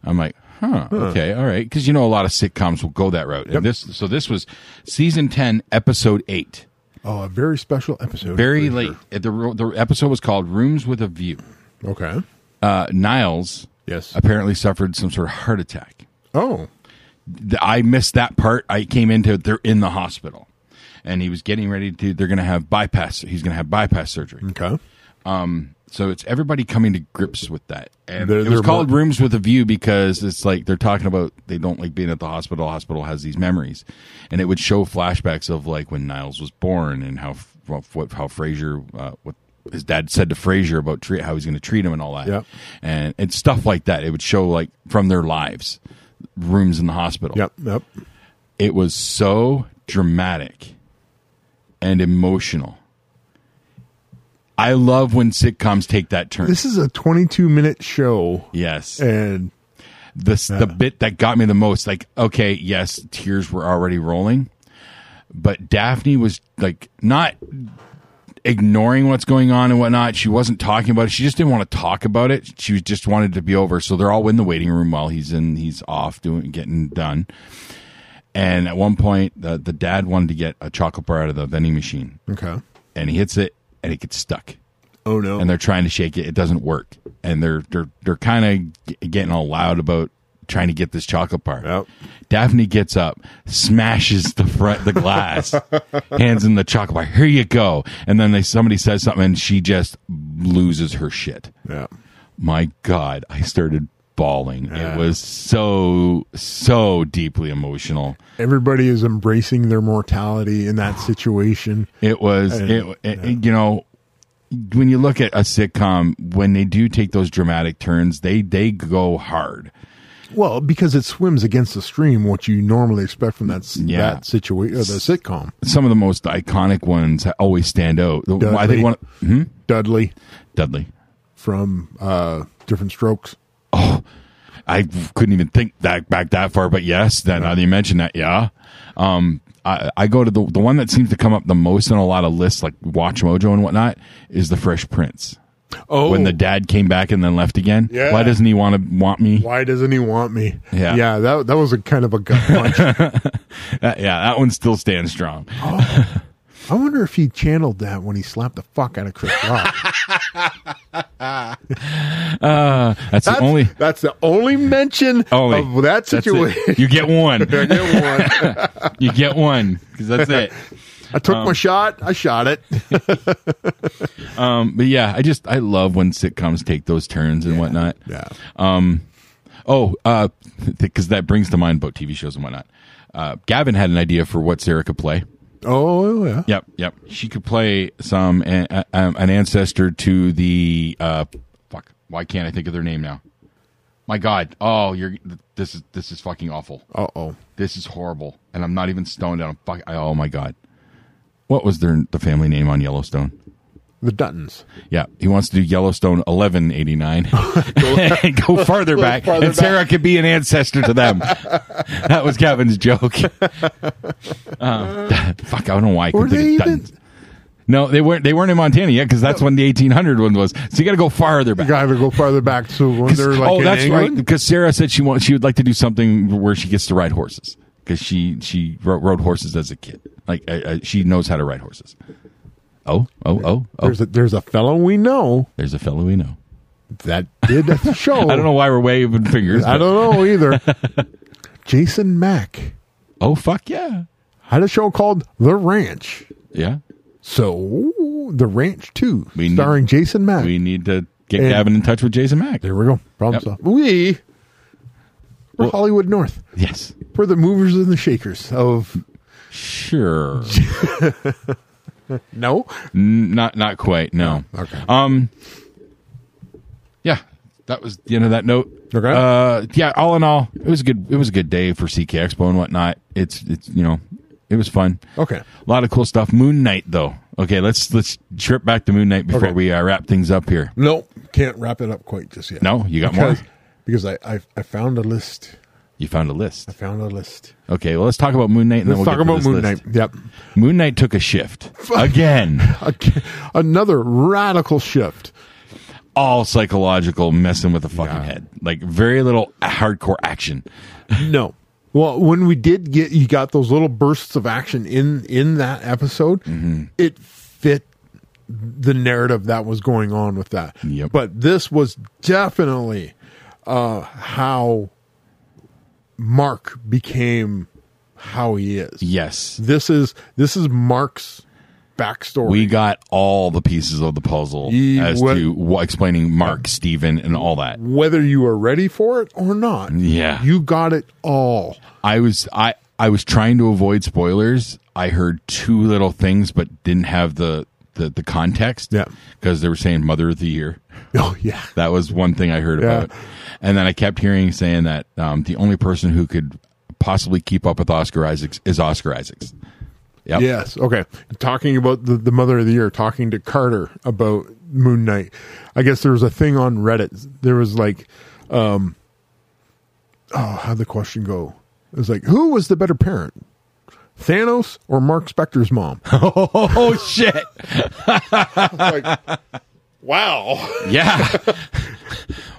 I'm like, huh, okay, all right, because you know a lot of sitcoms will go that route, and this so this was season ten, episode eight, Oh, a very special episode. very for late. The the episode was called "Rooms with a View." sure. Okay. Uh, Niles, Yes. apparently suffered some sort of heart attack. Oh, th- I missed that part. I came into it. They're in the hospital, and he was getting ready to. They're going to have bypass. He's going to have bypass surgery. okay. So it's everybody coming to grips with that. And They're- it they're was called more- Rooms with a View because it's like they're talking about they don't like being at the hospital. Hospital has these memories, and it would show flashbacks of like when Niles was born and how f- what how Frazier uh, what his dad said to Frazier about treat, how he's going to treat him and all that. Yep. And and stuff like that. It would show like from their lives, rooms in the hospital Yep. Yep. it was so dramatic and emotional. I love when sitcoms take that turn. This is a 22 minute show, yes. and The s the bit that got me the most like okay, yes, tears were already rolling, but Daphne was like not ignoring what's going on and whatnot. She wasn't talking about it. She just didn't want to talk about it. She was- just wanted it to be over. So they're all in the waiting room while he's in he's off doing getting done. And at one point, the, the dad wanted to get a chocolate bar out of the vending machine, okay. and he hits it, and it gets stuck. Oh no. And they're trying to shake it; it doesn't work. And they're they're they're kind of getting all loud about trying to get this chocolate bar. Yep. Daphne gets up, smashes the front the glass, hands in the chocolate bar. Here you go. And then they somebody says something, and she just loses her shit. Yeah. My God, I started bawling. It was so so deeply emotional. Everybody is embracing their mortality in that situation. It was, I- it, it- you know, when you look at a sitcom, when they do take those dramatic turns, they they go hard. Well, because it swims against the stream, what you normally expect from that s- Yeah. that situation, the sitcom. Some of the most iconic ones always stand out. The- I think one Dudley Dudley. from uh, Different Strokes. I couldn't even think that back that far, but yes, then now that you mentioned that, yeah. Um, I, I go to the the one that seems to come up the most in a lot of lists, like Watch Mojo and whatnot, is the Fresh Prince. Oh, When the dad came back and then left again, Yeah. why doesn't he want to want me? Oh, why doesn't he want me? Yeah. yeah, that that was a kind of a gut punch. <laughs> Uh, <laughs> yeah, that one still stands strong. I wonder if he channeled that when he slapped the fuck out of Chris Rock. That's That's, <laughs> the only that's the only mention Only. of that That's it. situation. <laughs> You get I one. <laughs> did one. You get one because that's it. I took my shot. I shot <laughs> it. Um, <laughs> but yeah, I just I love when sitcoms take those turns and whatnot. Yeah. Oh, because that brings to mind about TV shows and whatnot. Uh, Gavin had an idea for what Sarah could play. Oh yeah. Yep, yep. She could play some an, uh, um, an ancestor to the uh, fuck. Why can't I think of their name now? My God! Oh, you're this is this is fucking awful. Uh oh. This is horrible, and I'm not even stoned out. I'm fuck. I, oh my God! What was their the family name on Yellowstone? The Duttons. Yeah, he wants to do Yellowstone 1189. <laughs> go <laughs> farther back, farther and Sarah could be an ancestor <laughs> to them. that was Kevin's joke. Uh, <laughs> fuck, I don't know why. I Were couldn't they think of even? Dutton. No, they weren't. They weren't in Montana yet because that's when the 1800 one was. So you got to go farther You back. gotta go farther back to when 'Cause- they're like oh, in that's right. England. Because Sarah said she wants. She would like to do something where she gets to ride horses because she she ro- rode horses as a kid. Like uh, uh, she knows how to ride horses. Oh, oh, oh, oh! There's a there's a fellow we know there's a fellow we know. that did <laughs> a show. I don't know why we're waving fingers. I but- don't know <laughs> either. Jason Mack Oh fuck yeah, had a show called The Ranch. yeah. So The Ranch Two, We need- starring Jason Mack. We need to get And- Gavin in touch with Jason Mack. there we go. Problem Yep. solved. We. We're Well- Hollywood North. Yes, We're the movers and the shakers of <laughs> sure. no. N- not not quite. No. Okay. Um. Yeah, that was the end of that note. Okay. Uh, yeah. All in all, it was a good. It was a good day for CK Expo and whatnot. It's it's you know, it was fun. Okay. A lot of cool stuff. Moon Knight though. Okay, let's let's trip back to Moon Knight before Okay. we uh, wrap things up here. No, can't wrap it up quite just yet. No, you got more. because, because I, I I found a list. You found a list. I found a list. Okay, well let's talk about Moon Knight and Let's then we'll talk get to about this Moon list. Knight. Yep. Moon Knight took <laughs> a shift again. A- <laughs> Another radical shift. All psychological messing with the fucking Yeah. head. Like very little hardcore action. No. Well, when we did get you got those little bursts of action in in that episode, Mm-hmm. it fit the narrative that was going on with that. Yep. But this was definitely uh how Mark became how he is. Yes. This is this is Mark's backstory. We got all the pieces of the puzzle Ye- as what- to wh- explaining Mark, Steven, and all that. whether you are ready for it or not. Yeah. You got it all. I was I I was trying to avoid spoilers. I heard two little things but didn't have the the, the context. Yeah. Because they were saying mother of the year. Oh yeah. That was one thing I heard Yeah. about. And then I kept hearing saying that um, the only person who could possibly keep up with Oscar Isaacs is Oscar Isaacs. Yep. Yes. Okay. Talking about the, the mother of the year, talking to Carter about Moon Knight. I guess there was a thing on Reddit. There was like, um, oh, how'd the question go? It was like, who was the better parent? Thanos or Mark Spector's mom? Oh shit! like, wow. Yeah.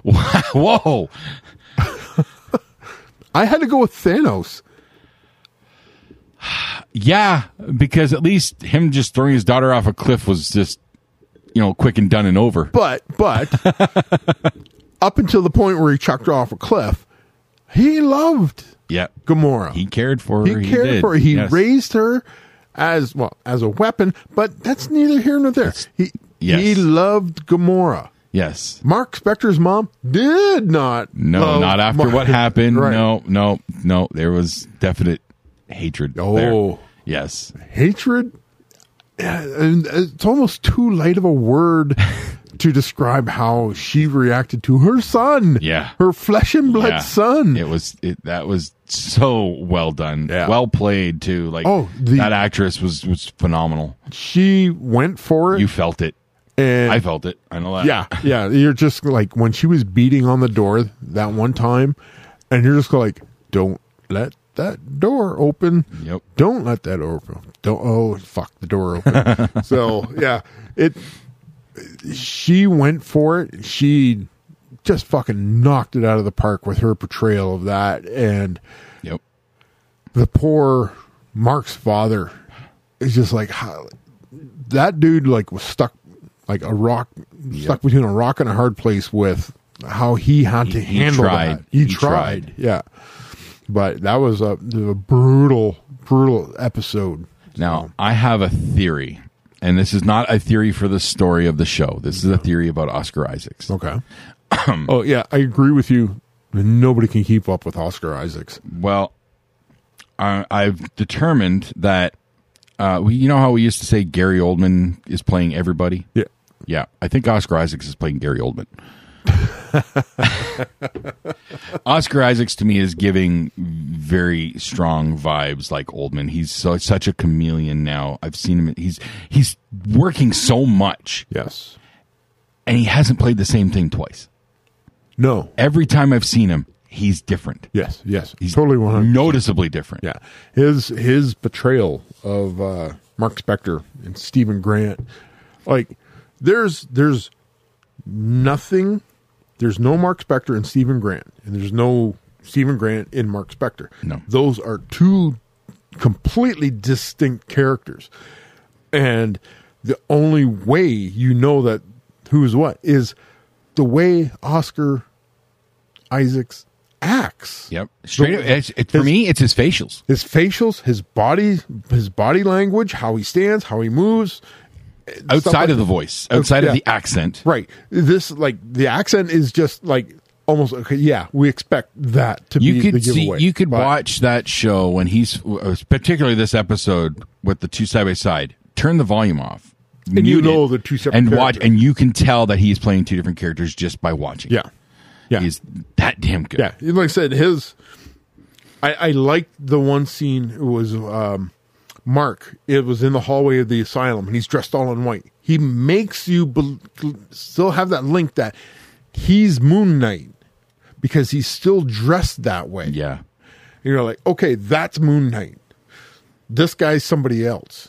<laughs> Whoa. I had to go with Thanos. Yeah, because at least him just throwing his daughter off a cliff was just, you know, quick and done and over. But but up until the point where he chucked her off a cliff, He loved Yeah. Gamora. He cared for He her. cared did. for her. He Yes. raised her as well as a weapon, but that's neither here nor there. He yes. he loved Gamora. Yes. Mark Spector's mom did not. No, love not after Mark- what happened. Oh Right. No, no, no. There was definite hatred. there. Oh. Yes. hatred. uh, and It's almost too light of a <laughs> word to describe how she reacted to her son. Yeah. her flesh and blood Yeah. son. It was it, that was so well done. Yeah. Well played too. Like Oh, the- that actress was was phenomenal. She went for it. You felt it. and I felt it. I know that. yeah, yeah. You're just like when she was beating on the door that one time, and you're just like, don't let that door open. Yep. Don't let that door open. Don't. Oh, fuck the door open. so yeah, it. She went for it. She just fucking knocked it out of the park with her portrayal of that, and Yep. the poor Mark's father is just like how- that dude like was stuck like a rock stuck between a rock and a hard place with how he had to he handle tried. that. He, He tried. tried. Yeah. But that was a, a brutal brutal episode. Now, I have a theory, and this is not a theory for the story of the show. This is a theory about Oscar Isaacs. Okay. <clears throat> oh yeah, I agree with you. Nobody can keep up with Oscar Isaacs. Well, I, I've determined that uh, we, you know how we used to say Gary Oldman is playing everybody. Yeah. Yeah, I think Oscar Isaacs is playing Gary Oldman. <laughs> Oscar Isaacs to me is giving very strong vibes like Oldman. He's so, such a chameleon now. I've seen him. He's he's working so much, Yes. and he hasn't played the same thing twice. No. Every time I've seen him, he's different. Yes. Yes. He's totally one hundred noticeably different. Yeah, his his portrayal of uh, Mark Spector and Stephen Grant, like there's there's nothing, there's no Mark Spector and Stephen Grant, and there's no Stephen Grant in Mark Spector. No. those are two completely distinct characters, and the only way you know that who's what is the way Oscar Isaacs acts. Yep. Straight up, it's, it, for His- me, it's his facials. his facials, his body, his body language, how he stands, how he moves, Outside like of the that. voice, outside yeah. of the accent. right? This like the accent is just like almost okay. Yeah, we expect that to You be the could see, giveaway. you could But- watch that show when he's, particularly this episode with the two side by side. Turn the volume off, you mute know it, they're two separate and watch, characters. and you can tell that he's playing two different characters just by watching. Yeah, yeah, he's that damn good. yeah. Like I said, his. I, I liked the one scene. It was um, Mark. It was in the hallway of the asylum, and he's dressed all in white. He makes you bel still have that link that he's Moon Knight because he's still dressed that way. yeah. And you're like, okay, that's Moon Knight. This guy's somebody else.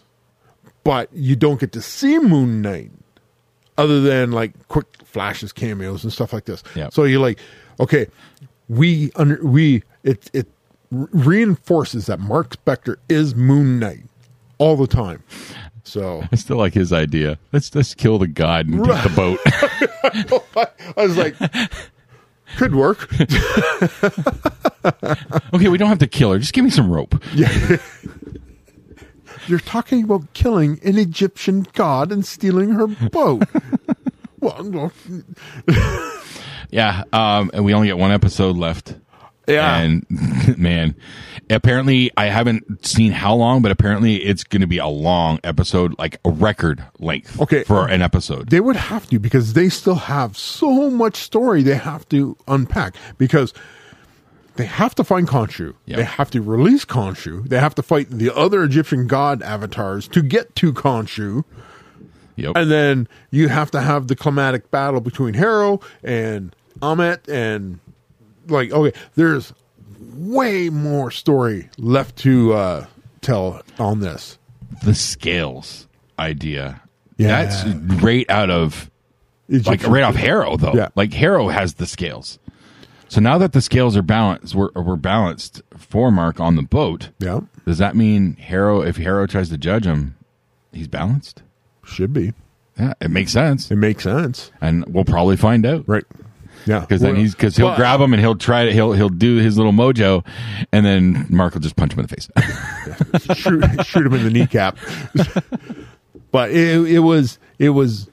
But you don't get to see Moon Knight other than like quick flashes, cameos, and stuff like this. Yeah. So you're like, okay, we under we it it re- reinforces that Mark Spector is Moon Knight all the time. So <laughs> I still like his idea. Let's let's kill the god and take the <laughs> boat. I was like, could work. okay, we don't have to kill her. Just give me some rope. You're talking about killing an Egyptian god and stealing her boat. <laughs> well, no. Yeah, um, and we only get one episode left. Yeah. and <laughs> man, apparently I haven't seen how long, but apparently it's going to be a long episode, like a record length. Okay. for an episode. They would have to because they still have so much story they have to unpack because they have to find Khonshu. Yeah. They have to release Khonshu. They have to fight the other Egyptian god avatars to get to Khonshu. yep. And then you have to have the climatic battle between Harrow and Ahmet and like okay, there's way more story left to uh tell on this. the scales idea. Yeah. that's right out of like Egyptian- right off Harrow though. Yeah. Like Harrow has the scales. So now that the scales are balanced, we're, we're balanced for Mark on the boat. Yeah, Does that mean Harrow? If Harrow tries to judge him, he's balanced. should be. Yeah, it makes sense. It makes sense. and we'll probably find out. Right. Yeah. because then he's because he'll Well- grab him and he'll try to he'll he'll do his little mojo, and then Mark will just punch him in the face. <laughs> shoot, shoot him in the kneecap. <laughs> but it, it was it was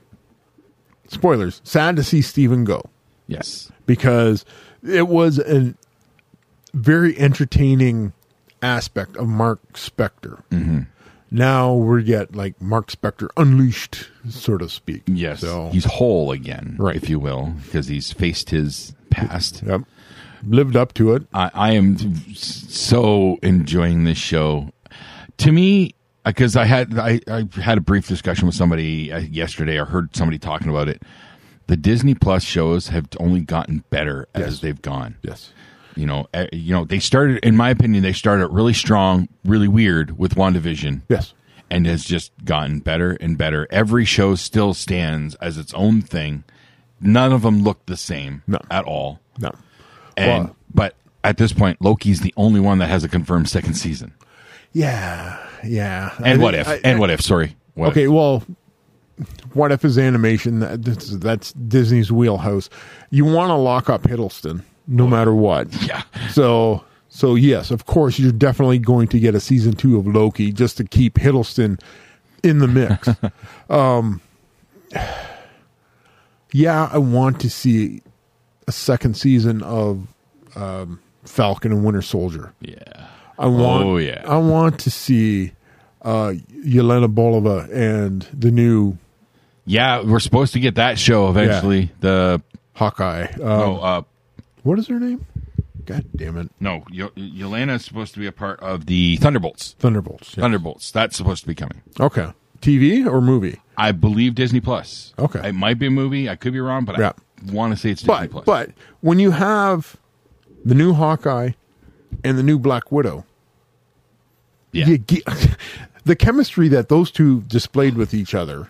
spoilers. Sad to see Steven go yes, because it was a very entertaining aspect of Mark Spector. Mm-hmm. Now we get like Mark Spector unleashed, so to speak. yes, So he's whole again, Right. If you will, because he's faced his past. yep, lived up to it. I, I am so enjoying this show. To me, because I had I, I had a brief discussion with somebody uh, yesterday, or heard somebody talking about it. The Disney Plus shows have only gotten better as Yes. they've gone. Yes. You know, uh, you know, they started, in my opinion, they started really strong, really weird with WandaVision Yes. and has just gotten better and better. Every show still stands as its own thing. None of them look the same No. at all. No. And Well- but at this point, Loki's the only one that has a confirmed second season. Yeah. Yeah. I And what think- if? I- and what if? Sorry. What okay, if. well, what if is animation? That, that's, that's Disney's wheelhouse. You want to lock up Hiddleston, no matter what. Yeah. So, so yes, of course, you're definitely going to get a season two of Loki just to keep Hiddleston in the <laughs> mix. um, yeah, I want to see a second season of um, Falcon and Winter Soldier. Yeah. I want. Oh, yeah. I want to see uh, Yelena Bolova and the new Yeah, we're supposed to get that show eventually. The Hawkeye. Uh, oh, uh, What is her name? God damn it! no, y- Yelena is supposed to be a part of the Thunderbolts. Thunderbolts. yeah. Thunderbolts. That's supposed to be coming. Okay. TV or movie? I believe Disney Plus. Okay. It might be a movie. I could be wrong, but Yeah. I want to say it's Disney But Plus. but when you have the new Hawkeye and the new Black Widow, yeah. you get, <laughs> the chemistry that those two displayed with each other.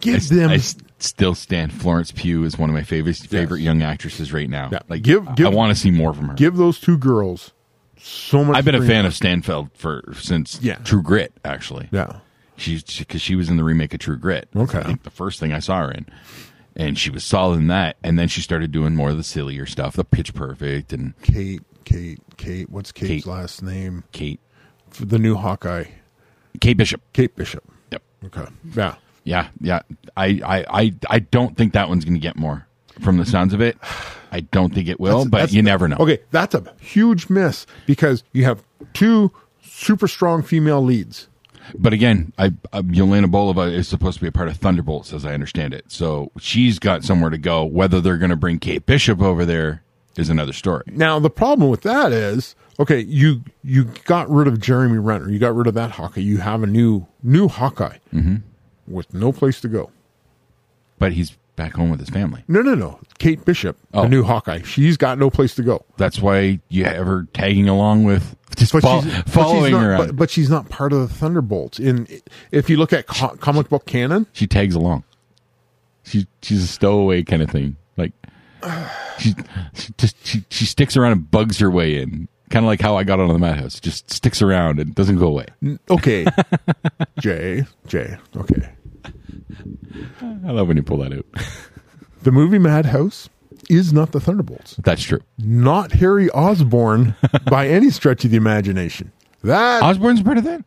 Give I s- them I s- still stand. Florence Pugh is one of my favorite favorite young actresses right now. Yeah. Like, Give- I- give- I want to see more from her. give those two girls so much. I've been a screen- fan of Stanfeld for since Yeah. True Grit. Actually, Yeah. she's because she was in the remake of True Grit. Okay. I think the first thing I saw her in, and she was solid in that. And then she started doing more of the sillier stuff, the Pitch Perfect and Kate, Kate, Kate. What's Kate's Kate. last name? Kate For the new Hawkeye, Kate Bishop. Kate Bishop. Yep. Okay. Yeah. Yeah, yeah. I, I, I, I don't think that one's going to get more from the sounds of it. I don't think it will, That's- but that's- you never know. Okay, that's a huge miss because you have two super strong female leads. But again, I, I Yelena Bolova is supposed to be a part of Thunderbolts, as I understand it. So she's got somewhere to go. Whether they're going to bring Kate Bishop over there is another story. Now the problem with that is, okay, you you got rid of Jeremy Renner, you got rid of that Hawkeye, you have a new new Hawkeye Mm-hmm. with no place to go. But he's back home with his family. No, no, no. Kate Bishop, Oh. the new Hawkeye, she's got no place to go. That's why you have her tagging along with just But fol- she's- but she's following not- her. but, out. but she's not part of the Thunderbolts. In if you look at co- comic book canon, she tags along. She she's a stowaway kind of thing. Like she she just she, she sticks around and bugs her way in. Kind of like how I got onto the madhouse. Just sticks around and doesn't go away. <laughs> okay, Jay, Jay, okay, I love when you pull that out. <laughs> The movie Madhouse is not the Thunderbolts, That's true. not Harry <laughs> Osborne by any stretch of the imagination. That Osborne's part of that?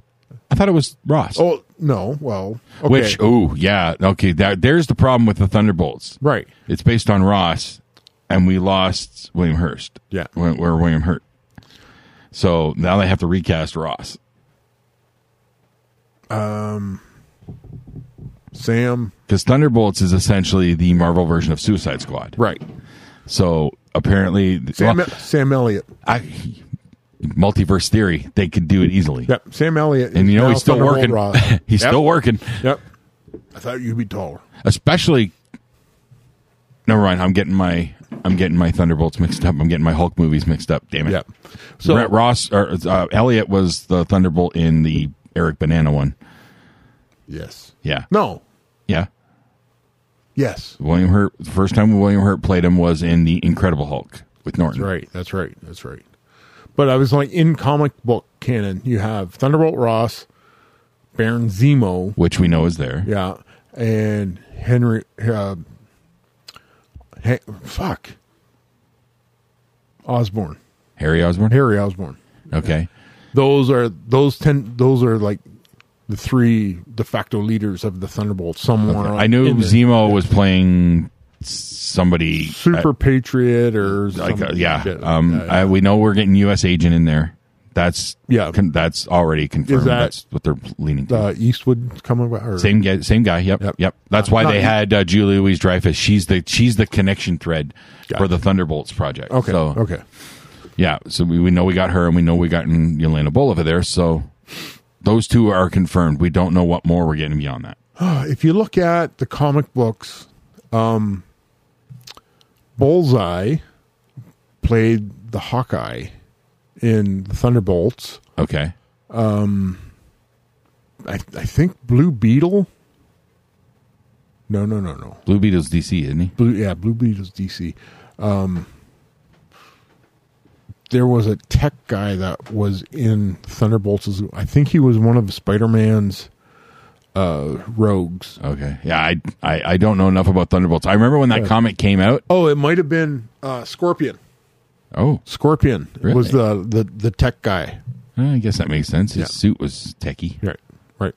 I thought it was Ross. oh no, well, okay. Which oh yeah okay that, there's the problem with the Thunderbolts right? it's based on Ross and we lost William Hurst Yeah. where, where William Hurt so now they have to recast Ross Sam, because Thunderbolts is essentially the Marvel version of Suicide Squad right? so apparently Sam, E, well, Sam Elliott. I, multiverse theory they could do it easily Yep, Sam Elliott. and is you know now he's still Thunderbolt working Ross. <laughs> he's Yep, still working Yep. I thought you'd be taller. especially never mind I'm getting my I'm getting my Thunderbolts mixed up I'm getting my Hulk movies mixed up damn it Yep. So Brett Ross or uh, Elliot was the Thunderbolt in the Eric Banana one. yes, Yeah, no, yeah. yes. William Hurt. The first time William Hurt played him was in the Incredible Hulk with Norton. Right. That's right. That's right. But I was like in comic book canon, you have Thunderbolt Ross, Baron Zemo, which we know is there. Yeah, and Henry uh, Hey, fuck. Osborne, Harry Osborn. Harry Osborne. Okay. Those are those ten. Those are like the three de facto leaders of the Thunderbolts. Someone I knew in there. Zemo was playing somebody. Super Patriot or like uh, some yeah. shit. Um, Yeah, I, we know we're getting U.S. agent in there. That's Yeah. Con, that's already confirmed. that- that's what they're leaning to. uh, Eastwood coming back. Or, same guy. Same guy. Yep. Yep. Yep. That's why Not- they had uh, Julie Louise Dreyfus. She's the she's the connection thread for the Thunderbolts project. Okay. So, Okay. Yeah. So we, we know we got her, and we know we got Yelena Bolova there. So those two are confirmed. We don't know what more we're getting beyond that. Uh, If you look at the comic books, um, Bullseye played the Hawkeye in the Thunderbolts. Okay. I, I think Blue Beetle. No, no, no, no. Blue Beetle's DC, isn't he? Blue, yeah, Blue Beetle's DC. Um, there was a tech guy that was in Thunderbolts. as- I think he was one of Spider Man's uh, rogues. Okay. Yeah, I, I I don't know enough about Thunderbolts. I remember when that comic came out. Oh, it might have been uh, Scorpion. Oh, Scorpion Really? was the, the the tech guy. eh, I guess that makes sense. His Yeah. suit was techie. Right, right.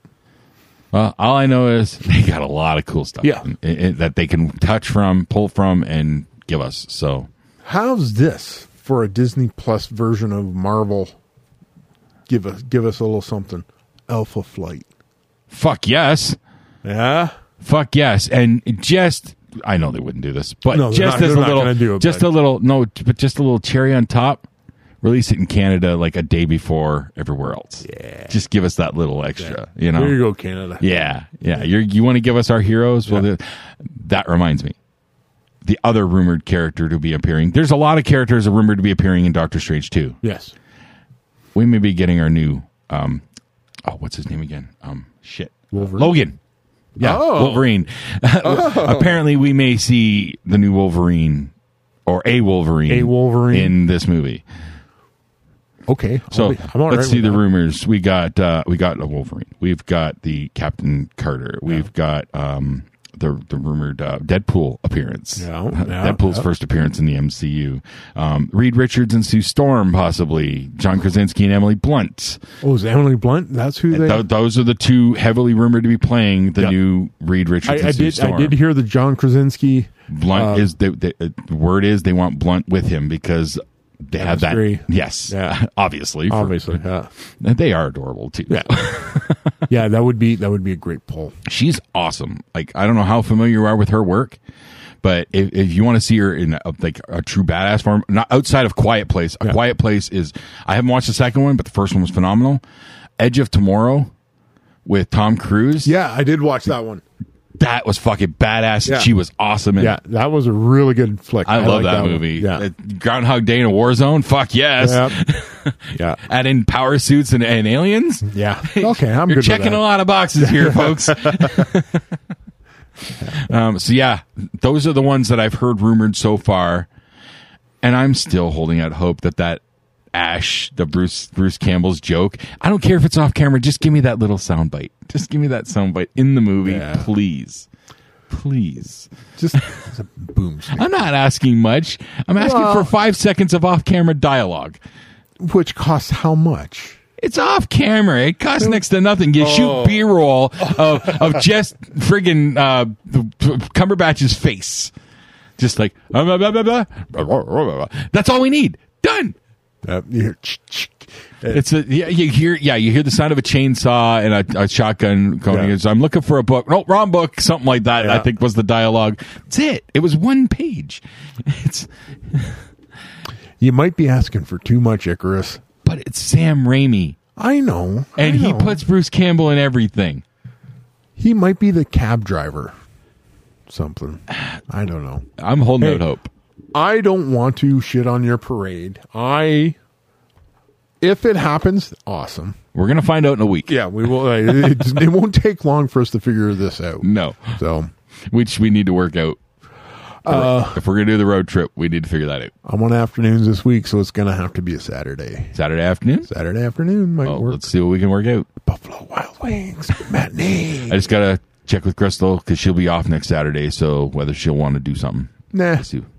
Well, all I know is <laughs> they got a lot of cool stuff. Yeah. i- i- that they can touch from, pull from, and give us. So How's this for a Disney Plus version of Marvel? Give us give us a little something. Alpha Flight. fuck yes, Yeah. fuck yes, and just I know they wouldn't do this, but No, they're just not- as they're a not little, gonna do it, just bud. a little, no, but just a little cherry on top. Release it in Canada like a day before everywhere else. Yeah, just give us that little extra. You know, There you go, Canada. Yeah, yeah. You're, you want to give us our heroes? Well, th- that reminds me. The other rumored character to be appearing. There's a lot of characters are rumored to be appearing in Doctor Strange too. Yes. We may be getting our new. um Oh, what's his name again? Um, shit, Wolverine? Logan. Yeah, Oh. Wolverine. <laughs> Apparently, we may see the new Wolverine or a Wolverine, A Wolverine. in this movie. Okay. I'll So be- I'm all let's right see with the that. rumors. We got uh, we got a Wolverine. We've got the Captain Carter. We've got um, the the rumored uh, Deadpool appearance. <laughs> Yeah, yeah, Deadpool's yeah. first appearance in the MCU. Um, Reed Richards and Sue Storm, possibly John Krasinski and Emily Blunt. Oh, is Emily Blunt? That's who they. Th- those are the two heavily rumored to be playing the Yeah. new Reed Richards. I, and I Sue did. Storm. I did hear uh, the John Krasinski. Blunt is the, the, the word is they want Blunt with him because they have that. Chemistry. Yes, Yeah. <laughs> obviously, for- Obviously, yeah. they are adorable too. Yeah. <laughs> yeah, that would be that would be a great poll. she's awesome. Like I don't know how familiar you are with her work, but if, if you want to see her in a, like a true badass form, not outside of Quiet Place. A Quiet Place is I haven't watched the second one, but the first one was phenomenal. Edge of Tomorrow with Tom Cruise. Yeah, I did watch that one. that was fucking badass. Yeah. She was awesome. in Yeah, it. that was a really good flick. I, like love that, one. movie. Yeah. Uh, Groundhog Day in a War Zone. Fuck yes. Yep. <laughs> yeah. Add in power suits and, and aliens. <laughs> Yeah. Okay, I'm good You're with checking that. a lot of <laughs> boxes here, folks. um, so yeah, those are the ones that I've heard rumored so far, and I'm still holding out hope that that Ash, the Bruce Bruce Campbell's joke. I don't care if it's off camera. Just give me that little sound bite. Just give me that sound bite in the movie, Yeah. please. Please. Just it's a boom. I'm not asking much. I'm asking for five seconds of off camera dialogue. Which costs how much? It's off camera. It costs next to nothing. You Oh. shoot <laughs> B roll of, of just friggin' uh, Cumberbatch's face. Just like, uh, blah, blah, blah, blah, blah, blah, blah, blah. that's all we need. Done. Uh, here, ch- ch- It's a, yeah, you hear, yeah, you hear the sound of a chainsaw and a, a shotgun going. Yeah. It's, I'm looking for a book. No, wrong book. Something like that, I Yeah. think was the dialogue. That's it. It was one page. <laughs> It's, you might be asking for too much, Icarus. but it's Sam Raimi I know. I and he know. puts Bruce Campbell in everything. He might be the cab driver. Something. I don't know. I'm holding Hey. out hope. I don't want to shit on your parade. I. If it happens, awesome. We're going to find out in a week. Yeah, we will. uh, <laughs> It, it won't take long for us to figure this out. No. So which we need to work out. Uh, if we're gonna do the road trip, we need to figure that out. I'm on afternoons this week, so it's gonna have to be a Saturday. Saturday afternoon. Saturday afternoon might Oh, work. let's see what we can work out. Buffalo Wild Wings <laughs> matinee. <laughs> I just gotta check with Crystal because she'll be off next Saturday, so whether she'll want to do something. Nah. Sue. <laughs>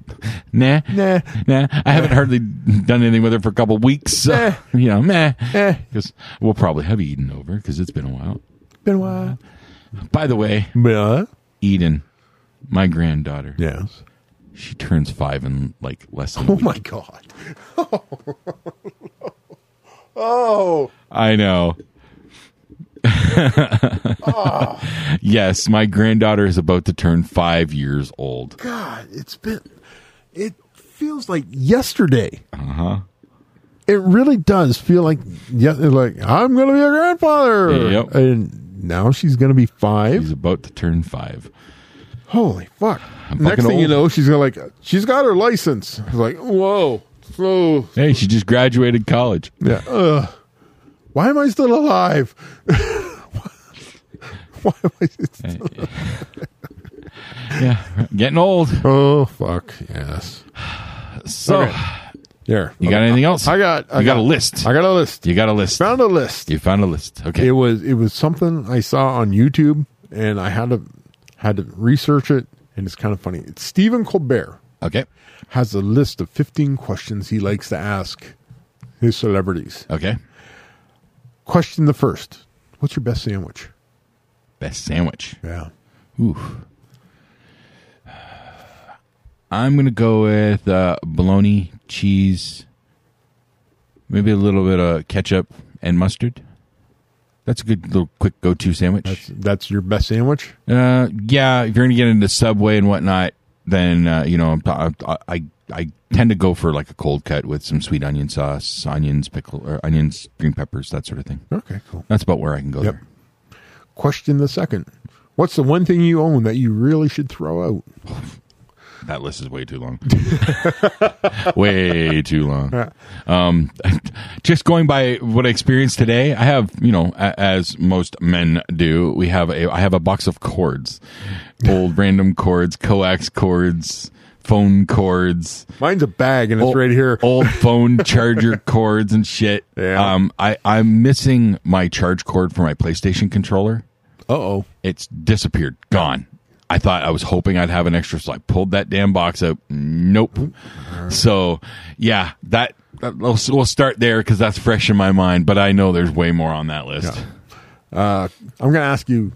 Nah, Nah. nah. I haven't hardly done anything with her for a couple weeks. So, <laughs> You know, meh. Eh. Because we'll probably have Eden over because it's been a while. Been a while. By the way, But, Eden, my granddaughter, yes. she turns five in like less than. <laughs> a Oh week. my God. Oh. I know. <laughs> Yes, my granddaughter is about to turn five years old. God, it's been. It feels like yesterday. Uh huh. Uh-huh. It really does feel like yes, like I'm gonna be a grandfather. Yep. And now she's gonna be five. She's about to turn five. Holy fuck! Next fucking thing you old. know, she's gonna like she's got her license. It's like whoa, so Hey, she just graduated college. yeah. Ugh. Why am I still alive? <laughs> Why am I? Still, Yeah, getting old. oh fuck! Yes. So, Okay. Here. Oh. you got anything else? I got. I you got, a list. I got a list. you got a list. Found a list. you found a list. Okay. It was it was something I saw on YouTube, and I had to had to research it, and it's kind of funny. It's Stephen Colbert okay. has a list of fifteen questions he likes to ask his celebrities. Okay. Question the first: What's your best sandwich? Best sandwich. Yeah, Ooh. I'm gonna go with uh, bologna, cheese, maybe a little bit of ketchup and mustard. That's a good little quick go-to sandwich. that's your best sandwich. Uh, yeah, if you're gonna get into Subway and whatnot, then uh, you know I'm t- I'm t- I, I I tend to go for like a cold cut with some sweet onion sauce, onions, pickle, or onions, green peppers, that sort of thing. Okay, cool. That's about where I can go Yep. there. Question the second: What's the one thing you own that you really should throw out? That list is way too long. <laughs> way too long. Um, <laughs> just going by what I experienced today, I have you know, a- as most men do, we have a I have a box of cords, old random cords, coax cords, phone cords, Mine's a bag, and it's old- right here. old phone <laughs> charger cords and shit. Yeah. Um, I I'm missing my charge cord for my PlayStation controller Uh oh. it's disappeared, gone. I thought I was hoping I'd have an extra, so I pulled that damn box out. Nope. So, yeah, that, that- we'll, we'll start there because that's fresh in my mind. But I know there's way more on that list. Yeah. I'm gonna ask you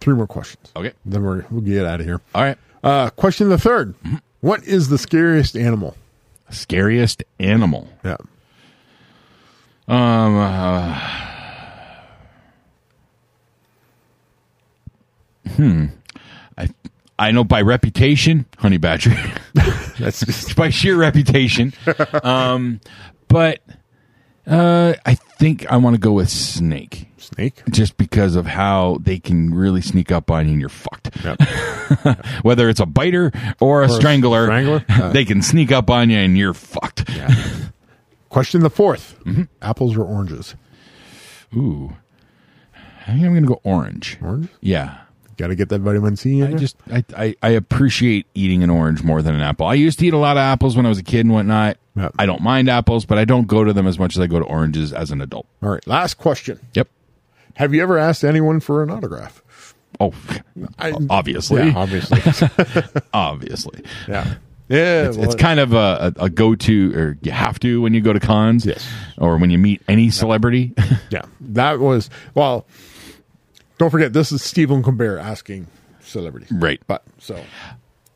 three more questions. Okay, Then we're, we'll get out of here. all right. Uh, question the 3rd What is the scariest animal? Scariest animal. Yeah. Um, uh, hmm. I I know by reputation, honey badger. <laughs> That's <laughs> just by sheer reputation. um, but uh, I think I want to go with snake, snake. just because of how they can really sneak up on you and you're fucked. Yep. Whether it's a biter or a a strangler, strangler? Uh. <laughs> they can sneak up on you and you're fucked. Question the 4th Mm-hmm. Apples or oranges? Ooh, I think I'm gonna go orange. Orange? Yeah. Got to get that vitamin C in I ya. just I, I I appreciate eating an orange more than an apple. I used to eat a lot of apples when I was a kid and whatnot. Yeah. I don't mind apples, but I don't go to them as much as I go to oranges as an adult. All right. Last question. Yep. Have you ever asked anyone for an autograph? Oh, I- obviously, <laughs> obviously. obviously. yeah. Yeah. It's, it's kind of a, a, a go-to, or you have to when you go to cons, Yes. or when you meet <laughs> any celebrity. yeah. That was, well, don't forget, this is Stephen Colbert asking celebrities. right. But so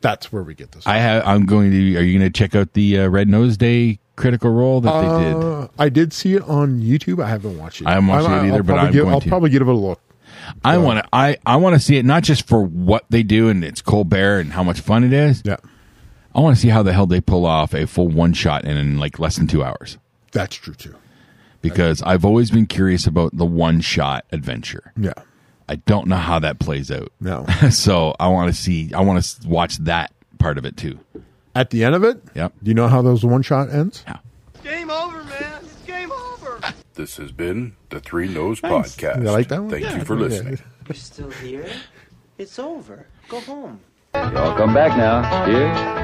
that's where we get this. I have. I'm going to. Are you going to check out the uh, Red Nose Day critical role that they did? Uh, I did see it on YouTube. I haven't watched it. I haven't watched I'm- it either, I'll but probably I'm give- going I'll to. probably give it a look. I want to. I I want to see it not just for what they do and it's Colbert and how much fun it is. Yeah, I want to see how the hell they pull off a full one shot in, in like less than two hours. that's true too. Because I've always been curious about the one shot adventure. Yeah, I don't know how that plays out. no. <laughs> so I want to see. I want to watch that part of it too. At the end of it, Yep. Do you know how those one shot ends? Yeah. Game over, man. It's game over. This has been the Three Nose Thanks. Podcast. You like that one? Thank Yeah, you for yeah. listening. Welcome back now, dear.